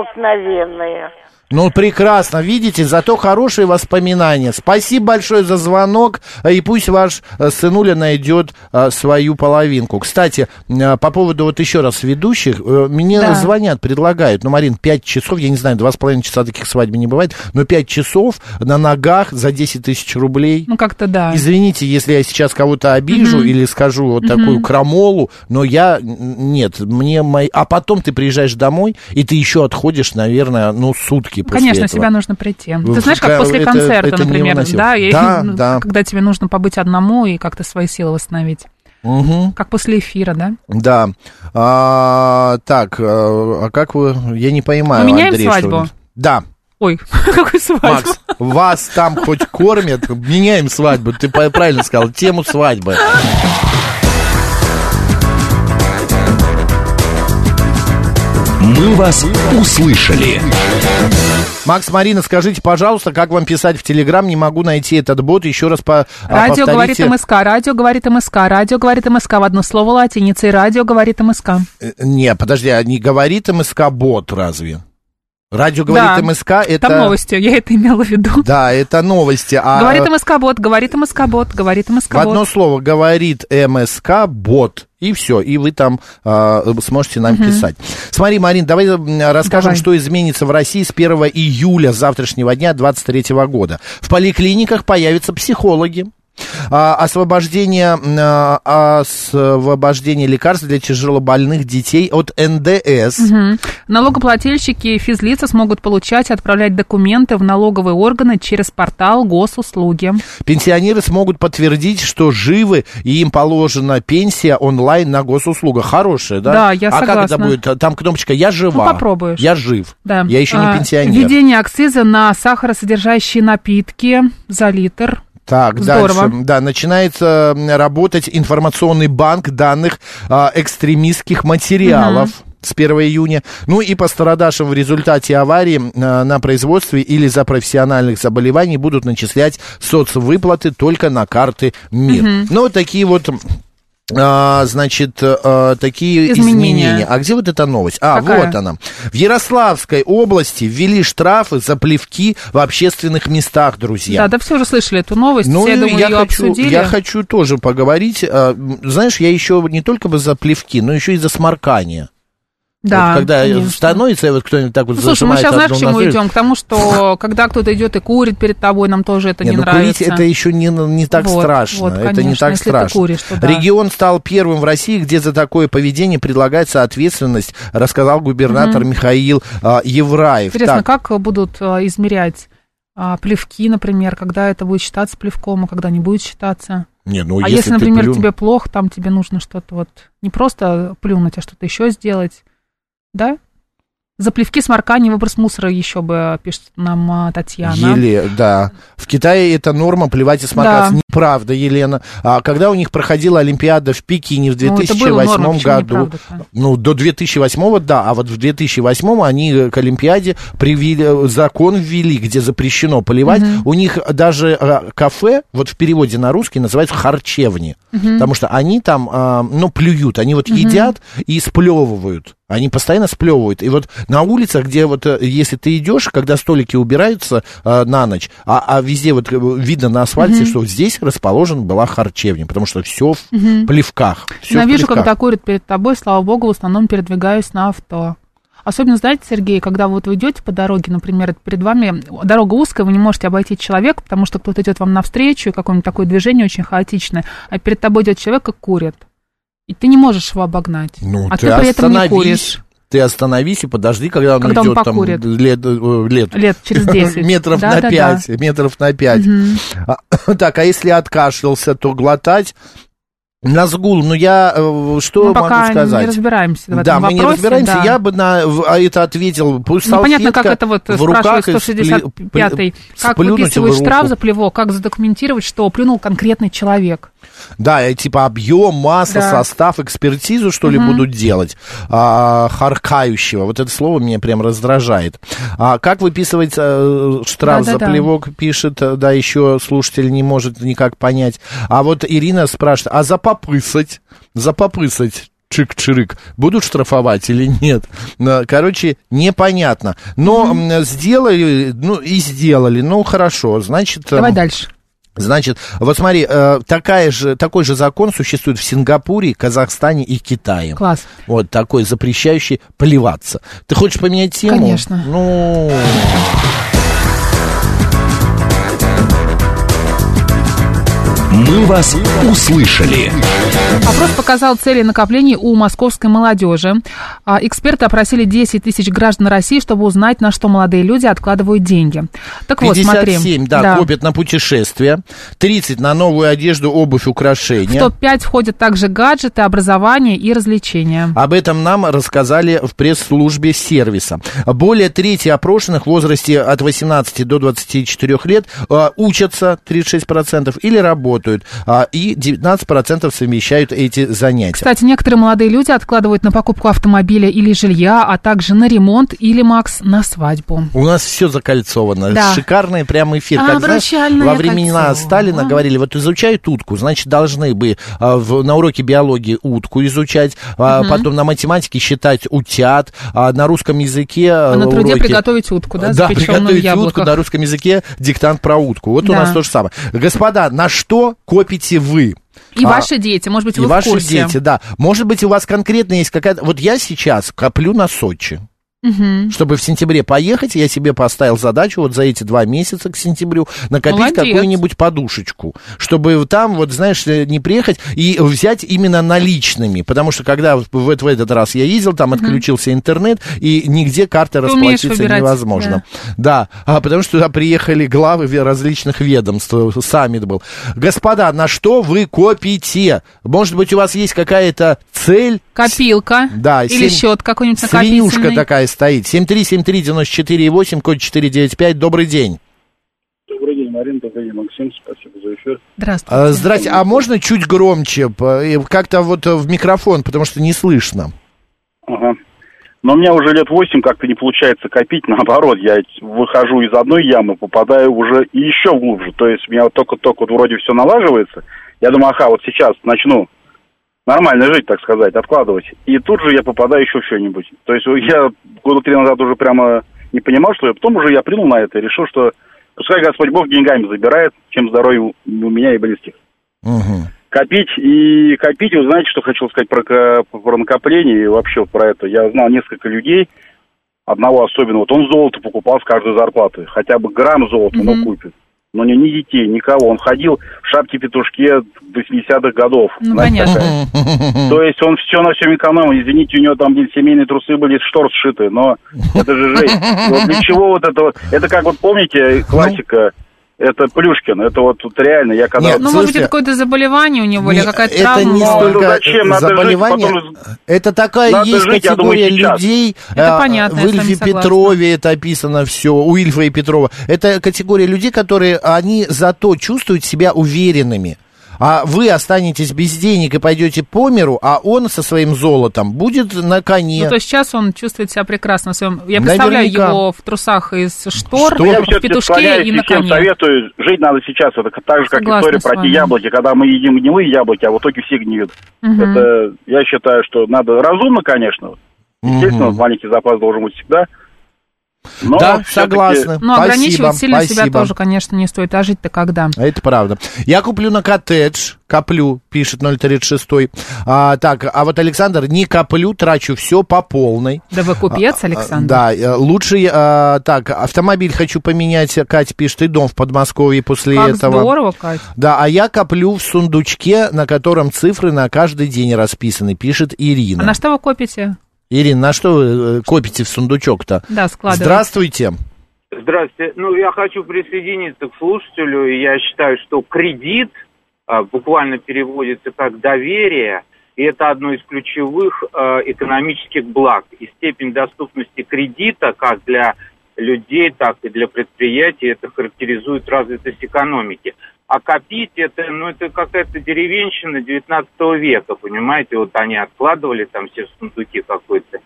[SPEAKER 7] необыкновенное.
[SPEAKER 1] Ну, прекрасно, видите, зато хорошие воспоминания. Спасибо большое за звонок, и пусть ваш э, сынуля найдет э, свою половинку. Кстати, э, по поводу вот еще раз ведущих, э, мне
[SPEAKER 8] Да.
[SPEAKER 1] звонят, предлагают, ну, Марин, 5 часов, я не знаю, 2,5 часа таких свадьбы не бывает, но 5 часов на ногах за 10 тысяч рублей.
[SPEAKER 2] Ну, как-то да.
[SPEAKER 1] Извините, если я сейчас кого-то обижу
[SPEAKER 2] Мгм.
[SPEAKER 1] или скажу вот
[SPEAKER 2] Мгм.
[SPEAKER 1] такую крамолу, но я н- нет, мне мои. А потом ты приезжаешь домой и ты еще отходишь, наверное, ну сутки после
[SPEAKER 2] Конечно,
[SPEAKER 1] этого.
[SPEAKER 2] себя нужно прийти.
[SPEAKER 1] Ну,
[SPEAKER 2] Ты знаешь, как
[SPEAKER 1] это-
[SPEAKER 2] после
[SPEAKER 1] это-
[SPEAKER 2] концерта,
[SPEAKER 1] это
[SPEAKER 2] например,
[SPEAKER 1] невыносимо.
[SPEAKER 2] да, и-
[SPEAKER 1] Да,
[SPEAKER 2] ну,
[SPEAKER 1] да.
[SPEAKER 2] когда тебе нужно побыть одному и как-то свои силы восстановить.
[SPEAKER 1] Мгм.
[SPEAKER 2] Как после эфира, да?
[SPEAKER 1] Да. А, так, э, а как вы? Я не понимаю.
[SPEAKER 2] Мы меняем
[SPEAKER 1] Андрей, что
[SPEAKER 2] свадьбу?
[SPEAKER 1] вы- Да.
[SPEAKER 2] Ой, какой свадьбу.
[SPEAKER 1] Макс, вас там хоть кормят, меняем свадьбу. Ты по- правильно сказал, тему свадьбы.
[SPEAKER 3] Мы вас услышали.
[SPEAKER 1] Макс, Марина, скажите, пожалуйста, как вам писать в Телеграм? Не могу найти этот бот. Еще раз по а,
[SPEAKER 2] Радио говорит
[SPEAKER 1] повторите.
[SPEAKER 2] МСК, радио говорит МСК, радио говорит МСК в одно слово латиницей, радио говорит МСК.
[SPEAKER 1] Э, Не, подожди, а не говорит МСК бот разве? Радио говорит
[SPEAKER 2] Да.
[SPEAKER 1] МСК, это...
[SPEAKER 2] Там новости, я это имела в виду.
[SPEAKER 1] Да, это новости. А
[SPEAKER 2] Говорит МСК бот, говорит МСК бот, говорит МСК
[SPEAKER 1] в одно
[SPEAKER 2] бот.
[SPEAKER 1] слово говорит МСК бот. И все, и вы там а, сможете нам
[SPEAKER 2] Мгм.
[SPEAKER 1] писать. Смотри, Марин, давай м, расскажем,
[SPEAKER 2] Давай.
[SPEAKER 1] что изменится в России с 1 июля завтрашнего дня 2023 года. В поликлиниках появятся психологи. А, освобождение, а, освобождение лекарств для тяжелобольных детей от НДС.
[SPEAKER 2] Угу. Налогоплательщики и физлица смогут получать и отправлять документы в налоговые органы через портал госуслуги.
[SPEAKER 1] Пенсионеры смогут подтвердить, что живы и им положена пенсия онлайн на госуслугах. Хорошая, да?
[SPEAKER 2] Да, я
[SPEAKER 1] а как это
[SPEAKER 2] согласна.
[SPEAKER 1] будет? Там кнопочка «Я жива».
[SPEAKER 2] Ну, попробуешь.
[SPEAKER 1] Я жив.
[SPEAKER 2] Да.
[SPEAKER 1] Я еще не
[SPEAKER 2] А,
[SPEAKER 1] пенсионер.
[SPEAKER 2] Введение акциза на сахаросодержащие напитки за литр.
[SPEAKER 1] Так,
[SPEAKER 2] Здорово.
[SPEAKER 1] дальше. Да, начинается м, работать информационный банк данных а, экстремистских материалов.
[SPEAKER 2] Мгм.
[SPEAKER 1] С 1 июня. Ну и пострадавшим в результате аварии а, на производстве или за профессиональных заболеваний будут начислять соцвыплаты только на карты МИР.
[SPEAKER 2] Мгм.
[SPEAKER 1] Ну, вот такие вот, а, значит, а, такие
[SPEAKER 2] Изменения.
[SPEAKER 1] изменения. А где вот эта новость? А,
[SPEAKER 2] Какая?
[SPEAKER 1] вот она. В Ярославской области ввели штрафы за плевки в общественных местах, друзья.
[SPEAKER 2] Да, да все уже слышали эту новость, все, я думаю, ее
[SPEAKER 1] хочу,
[SPEAKER 2] обсудили.
[SPEAKER 1] Ну я хочу тоже поговорить. А, м, Знаешь, я еще не только бы за плевки, но еще и за сморкание.
[SPEAKER 2] Да,
[SPEAKER 1] Вот когда
[SPEAKER 2] конечно.
[SPEAKER 1] становится, и вот кто-нибудь так вот
[SPEAKER 2] Ну, слушай, мы
[SPEAKER 1] зажимает
[SPEAKER 2] сейчас знаешь, к
[SPEAKER 1] одну
[SPEAKER 2] чему
[SPEAKER 1] ноздрю.
[SPEAKER 2] идем? К тому, что когда кто-то идет и курит перед тобой, нам тоже это не,
[SPEAKER 1] ну,
[SPEAKER 2] нравится.
[SPEAKER 1] курить это еще не, ну, не так
[SPEAKER 2] Вот,
[SPEAKER 1] страшно.
[SPEAKER 2] вот,
[SPEAKER 1] это не
[SPEAKER 2] конечно,
[SPEAKER 1] так
[SPEAKER 2] если ты
[SPEAKER 1] страшно.
[SPEAKER 2] куришь, то да.
[SPEAKER 1] Регион стал первым в России, где за такое поведение предлагается ответственность, рассказал губернатор
[SPEAKER 2] Мгм.
[SPEAKER 1] Михаил а, Евраев.
[SPEAKER 2] Интересно,
[SPEAKER 1] Так,
[SPEAKER 2] как будут а, измерять а, плевки, например, когда это будет считаться плевком, а когда не будет считаться?
[SPEAKER 1] Не, ну,
[SPEAKER 2] а
[SPEAKER 1] если
[SPEAKER 2] если,
[SPEAKER 1] ты
[SPEAKER 2] например,
[SPEAKER 1] плюн-
[SPEAKER 2] тебе плохо, там тебе нужно что-то вот не просто плюнуть, а что-то еще сделать, да? За плевки сморкание выброс мусора еще бы пишет нам а, Татьяна.
[SPEAKER 1] Еле, да. В Китае эта норма плевать и сморкаться.
[SPEAKER 2] Да.
[SPEAKER 1] Неправда, Елена. А когда у них проходила Олимпиада в Пекине в
[SPEAKER 2] Ну, это было
[SPEAKER 1] 2008
[SPEAKER 2] норма, почему
[SPEAKER 1] году,
[SPEAKER 2] неправда-то?
[SPEAKER 1] ну, до 2008, да, а вот в 2008 они к Олимпиаде привели, закон ввели, где запрещено поливать.
[SPEAKER 2] Мгм.
[SPEAKER 1] У них даже а, кафе, вот в переводе на русский, называется харчевни.
[SPEAKER 2] Мгм.
[SPEAKER 1] Потому что они там, а, ну, плюют. Они вот едят и сплевывают. Они постоянно сплевывают. И вот на улицах, где вот, э, если ты идешь, когда столики убираются а, на ночь, а, а везде вот э, видно на асфальте,
[SPEAKER 2] Мгм.
[SPEAKER 1] что вот здесь расположен была харчевня, потому что все в
[SPEAKER 2] Мгм.
[SPEAKER 1] плевках. Все
[SPEAKER 2] Ненавижу, когда курят перед тобой, слава богу, в основном передвигаюсь на авто. Особенно, знаете, Сергей, когда вот вы идете по дороге, например, перед вами дорога узкая, вы не можете обойти человека, потому что кто-то идет вам навстречу, и какое-нибудь такое движение очень хаотичное, а перед тобой идет человек и курит. И ты не можешь его обогнать.
[SPEAKER 1] Ну,
[SPEAKER 2] а
[SPEAKER 1] ты,
[SPEAKER 2] ты, при этом не
[SPEAKER 1] остановись.
[SPEAKER 2] куришь.
[SPEAKER 1] Ты остановись и подожди, когда он
[SPEAKER 2] Когда он
[SPEAKER 1] идет там
[SPEAKER 2] покурит.
[SPEAKER 1] лет, э, лет,
[SPEAKER 2] Лет через 10.
[SPEAKER 1] метров
[SPEAKER 2] Да,
[SPEAKER 1] на
[SPEAKER 2] да, да.
[SPEAKER 1] пять, метров на пять.
[SPEAKER 2] Мгм.
[SPEAKER 1] А, так, а если откашлялся, то глотать? Назгул, ну я э, что
[SPEAKER 2] Мы
[SPEAKER 1] могу
[SPEAKER 2] Ну, пока
[SPEAKER 1] сказать?
[SPEAKER 2] не разбираемся в этом
[SPEAKER 1] да, мы не
[SPEAKER 2] вопросе,
[SPEAKER 1] разбираемся.
[SPEAKER 2] да.
[SPEAKER 1] Я бы на в- а это ответил. Пусть
[SPEAKER 2] Ну, понятно,
[SPEAKER 1] салфетка
[SPEAKER 2] как это вот
[SPEAKER 1] в руках
[SPEAKER 2] спрашивает
[SPEAKER 1] и сплю-
[SPEAKER 2] 165-й.
[SPEAKER 1] пли-
[SPEAKER 2] Как
[SPEAKER 1] сплюнуть
[SPEAKER 2] выписывают
[SPEAKER 1] в руку.
[SPEAKER 2] штраф за плевок, как задокументировать, что плюнул конкретный человек.
[SPEAKER 1] Да, и типа объем, масса,
[SPEAKER 2] Да.
[SPEAKER 1] состав, экспертизу, что ли,
[SPEAKER 2] Мгм.
[SPEAKER 1] будут делать. А, харкающего. Вот это слово меня прям раздражает. А, как выписывать э, штраф за
[SPEAKER 2] Да-да-да.
[SPEAKER 1] плевок, пишет, э, да, еще слушатель не может никак понять. А вот Ирина спрашивает, а за попысать? За попысать? Чик-чирик, будут штрафовать или нет? На- Короче, непонятно. Но м, сделали, ну и сделали, ну хорошо, значит... эм,
[SPEAKER 2] Давай дальше.
[SPEAKER 1] Значит, вот смотри, э, такая же, такой же закон существует в Сингапуре, Казахстане и Китае.
[SPEAKER 2] Класс.
[SPEAKER 1] Вот такой запрещающий плеваться. Ты хочешь поменять тему?
[SPEAKER 2] Конечно.
[SPEAKER 1] Ну.
[SPEAKER 3] «Мы вас услышали».
[SPEAKER 2] Опрос показал цели накоплений у московской молодежи. А, Эксперты опросили 10 тысяч граждан России, чтобы узнать, на что молодые люди откладывают деньги. Так вот,
[SPEAKER 1] 57,
[SPEAKER 2] смотри.
[SPEAKER 1] да, копят на путешествия, 30 на новую одежду, обувь,
[SPEAKER 2] В
[SPEAKER 1] украшения.
[SPEAKER 2] топ-5 входят также гаджеты, образование и развлечения.
[SPEAKER 1] Об этом нам рассказали в пресс-службе сервиса. Более трети опрошенных в возрасте от 18 до 24 лет э, учатся 36% или работают, а, и 19% совмещают эти занятия.
[SPEAKER 2] Кстати, некоторые молодые люди откладывают на покупку автомобиля или жилья, а также на ремонт или, Макс, на свадьбу.
[SPEAKER 1] У нас все закольцовано.
[SPEAKER 2] Да.
[SPEAKER 1] Шикарный прям эфир.
[SPEAKER 2] А,
[SPEAKER 1] Как, знаешь,
[SPEAKER 2] обручальное
[SPEAKER 1] во времена
[SPEAKER 2] кольцо.
[SPEAKER 1] Сталина
[SPEAKER 2] А.
[SPEAKER 1] говорили, вот изучай утку, значит, должны бы а, в- на уроке биологии утку изучать, а, потом на математике считать утят, а на русском языке
[SPEAKER 2] А на труде
[SPEAKER 1] Э, уроки...
[SPEAKER 2] приготовить утку, да,
[SPEAKER 1] Да,
[SPEAKER 2] запеченную в
[SPEAKER 1] приготовить утку
[SPEAKER 2] яблоках.
[SPEAKER 1] на русском языке, диктант про утку. Вот у
[SPEAKER 2] Да.
[SPEAKER 1] нас то же самое. Господа, на что копите вы?
[SPEAKER 2] И
[SPEAKER 1] А,
[SPEAKER 2] ваши дети, может быть,
[SPEAKER 1] и
[SPEAKER 2] вы в
[SPEAKER 1] ваши
[SPEAKER 2] курсе.
[SPEAKER 1] дети, да. Может быть, у вас конкретно есть какая-то... Вот я сейчас коплю на Сочи.
[SPEAKER 2] Мгм.
[SPEAKER 1] Чтобы в сентябре поехать, я себе поставил задачу вот за эти два месяца к сентябрю накопить
[SPEAKER 2] Молодец.
[SPEAKER 1] какую-нибудь подушечку, чтобы там, вот знаешь, э, не приехать и взять именно наличными, потому что когда в, в этот- в этот раз я ездил, там отключился интернет, и нигде карты
[SPEAKER 2] Ты умеешь
[SPEAKER 1] расплатиться
[SPEAKER 2] выбирать,
[SPEAKER 1] невозможно. Да, а потому что туда приехали главы ве- различных ведомств, э, саммит был. Господа, на что вы копите? Может быть, у вас есть какая-то цель?
[SPEAKER 2] Копилка.
[SPEAKER 1] Да,
[SPEAKER 2] Или
[SPEAKER 1] семь-
[SPEAKER 2] счет какой-нибудь
[SPEAKER 1] Свинюшка
[SPEAKER 2] накопительный.
[SPEAKER 1] такая стоит. 7373948, код 495. Добрый день.
[SPEAKER 6] Добрый день, Марина, добрый день, Максим, спасибо за эфир.
[SPEAKER 1] Э, Здрасте. А можно чуть громче? П- э, Как-то вот э, в микрофон, потому что не слышно.
[SPEAKER 6] Ага. Но у меня уже лет восемь как-то не получается копить, наоборот, я ведь выхожу из одной ямы, попадаю уже и еще глубже, то есть у меня вот только-только вот вроде все налаживается, я думаю, ага, вот сейчас начну нормально жить, так сказать, откладывать, и тут же я попадаю еще в что-нибудь. То есть я года три назад уже прямо не понимал, что я, потом уже я принял на это и решил, что пускай Господь Бог деньгами забирает, чем здоровье у у меня и близких. копить и копить. Вы знаете, что хотел сказать про, ко- про накопление и вообще про это. Я знал несколько людей, одного особенно. Вот он золото покупал с каждой зарплаты. Хотя бы грамм золота он купит. Но ни, ни детей, никого. Он ходил в шапке-петушке 80-х годов.
[SPEAKER 2] Ну,
[SPEAKER 6] Знаете,
[SPEAKER 2] понятно.
[SPEAKER 6] такая. То есть он все на всем экономил. Извините, у него там были семейные трусы были из штор сшиты, но это же жесть. Вот для чего вот это вот? Это как вот
[SPEAKER 2] Ну.
[SPEAKER 6] помните классика? Это Плюшкин, это вот, вот реально, я когда...
[SPEAKER 1] Нет,
[SPEAKER 2] Ну, может быть, какое-то заболевание у него или какая-то
[SPEAKER 1] это
[SPEAKER 2] травма. Ну,
[SPEAKER 1] не столько
[SPEAKER 6] Ну, зачем? Надо жить,
[SPEAKER 1] заболевание. Это такая
[SPEAKER 6] Надо
[SPEAKER 1] есть
[SPEAKER 6] жить, я думаю,
[SPEAKER 1] категория
[SPEAKER 6] сейчас.
[SPEAKER 1] людей.
[SPEAKER 2] Это
[SPEAKER 1] а,
[SPEAKER 2] понятно, я
[SPEAKER 1] В
[SPEAKER 2] с вами
[SPEAKER 1] Ильфе
[SPEAKER 2] согласна.
[SPEAKER 1] Петрове это описано все, у Ильфа и Петрова. Это категория людей, которые, они зато чувствуют себя уверенными. А вы останетесь без денег и пойдете по миру, а он со своим золотом будет на коне.
[SPEAKER 2] Ну, то есть сейчас он чувствует себя прекрасно в своем... Я представляю
[SPEAKER 1] Наверняка.
[SPEAKER 2] его в трусах из штор,
[SPEAKER 1] Штор.
[SPEAKER 6] Я
[SPEAKER 2] в
[SPEAKER 6] все-таки
[SPEAKER 2] петушке
[SPEAKER 6] склоняюсь
[SPEAKER 2] и
[SPEAKER 6] и
[SPEAKER 2] на
[SPEAKER 6] всем
[SPEAKER 2] коне.
[SPEAKER 6] советую, жить надо сейчас. Это так же, как
[SPEAKER 2] Согласна
[SPEAKER 6] история
[SPEAKER 2] с
[SPEAKER 6] про те
[SPEAKER 2] вами.
[SPEAKER 6] яблоки, когда мы едим гнилые яблоки, а в итоге все гниют.
[SPEAKER 2] Мгм.
[SPEAKER 6] Это, я считаю, что надо разумно, конечно. Естественно, маленький запас должен быть всегда. Но
[SPEAKER 1] Да,
[SPEAKER 6] всё-таки-
[SPEAKER 1] согласна.
[SPEAKER 2] Но
[SPEAKER 1] Спасибо,
[SPEAKER 2] ограничивать Ну, сильно себя
[SPEAKER 1] спасибо.
[SPEAKER 2] тоже, конечно, не стоит. А жить-то когда?
[SPEAKER 1] А Это правда. Я куплю на коттедж, коплю, пишет 036. А, так, а вот Александр, не коплю, трачу все по полной.
[SPEAKER 2] Да вы купец,
[SPEAKER 1] А, а,
[SPEAKER 2] Александр.
[SPEAKER 1] Да, э, лучше, э, так, автомобиль хочу поменять, Катя пишет, и дом в Подмосковье после
[SPEAKER 2] Как
[SPEAKER 1] этого.
[SPEAKER 2] здорово, Кать.
[SPEAKER 1] Да, а я коплю в сундучке, на котором цифры на каждый день расписаны, пишет
[SPEAKER 2] А
[SPEAKER 1] Ирина.
[SPEAKER 2] на что вы копите?
[SPEAKER 1] Ирина, на что вы э, копите в сундучок-то?
[SPEAKER 2] Да, складываете.
[SPEAKER 1] Здравствуйте.
[SPEAKER 7] Здравствуйте. Ну, я хочу присоединиться к слушателю. и Я считаю, что кредит а, буквально переводится как доверие, и это одно из ключевых а, экономических благ. И степень доступности кредита как для людей, так и для предприятий это характеризует разность экономики. А копить это, ну, это какая-то деревенщина 19 века, понимаете? Вот они откладывали там все в сундуки какой-то.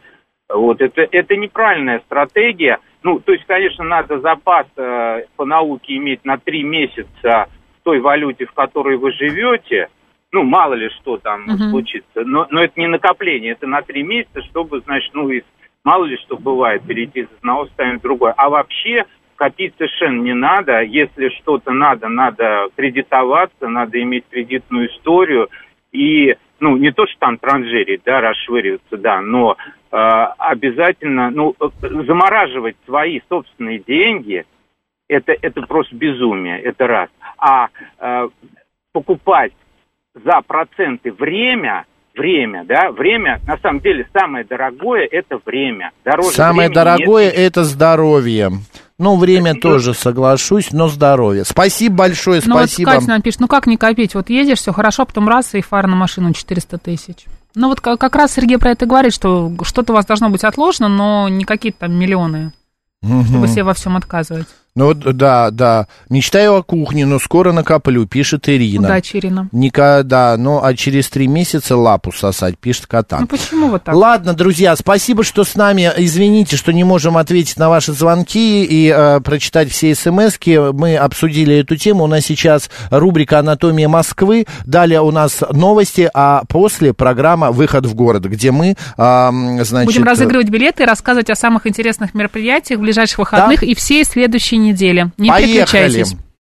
[SPEAKER 7] Вот это, это неправильная стратегия. Ну, то есть, конечно, надо запас э, по науке иметь на три месяца в той валюте, в которой вы живете. Ну, мало ли что там
[SPEAKER 9] Мгм.
[SPEAKER 7] случится. Но, но это не накопление, это на три месяца, чтобы, значит, ну, из мало ли что бывает, перейти из одного состояния в другое. А вообще копить совершенно не надо. а Если что-то надо, надо кредитоваться, надо иметь кредитную историю. И, ну, не то, что там транжирить, да, расшвыриваться, да, но э, обязательно, ну, э, замораживать свои собственные деньги, это, это просто безумие, это раз. А э, покупать за проценты время, время, да, время, на самом деле самое дорогое это время. Дороже
[SPEAKER 1] Самое
[SPEAKER 7] времени
[SPEAKER 1] дорогое
[SPEAKER 7] нет ничего.
[SPEAKER 1] это здоровье. Ну, время тоже соглашусь, но здоровье. Спасибо большое,
[SPEAKER 2] Ну, вот
[SPEAKER 1] спасибо.
[SPEAKER 2] Катя нам пишет, ну как не копить? Вот едешь, все хорошо, а потом раз, и фар на машину 400 тысяч. Ну вот как как раз Сергей про это говорит, что что-то у вас должно быть отложено, но не какие-то там миллионы,
[SPEAKER 1] Мгм.
[SPEAKER 2] чтобы себе во всем отказывать.
[SPEAKER 1] Ну вот, да, да. Мечтаю о кухне, но скоро накоплю, пишет Ирина.
[SPEAKER 2] Удачи, Ирина.
[SPEAKER 1] Никогда, ну а через три месяца лапу сосать, пишет кота.
[SPEAKER 2] Ну почему вот так?
[SPEAKER 1] Ладно, друзья, спасибо, что с нами. Извините, что не можем ответить на ваши звонки и э, прочитать все смс -ки. Мы обсудили эту тему. У нас сейчас рубрика «Анатомия Москвы». Далее у нас новости, а после программа «Выход в город», где мы, э, м, значит... э,
[SPEAKER 2] Будем разыгрывать билеты и рассказывать о самых интересных мероприятиях в ближайших выходных и всей следующей неделе. Не
[SPEAKER 1] Поехали.
[SPEAKER 2] переключайтесь.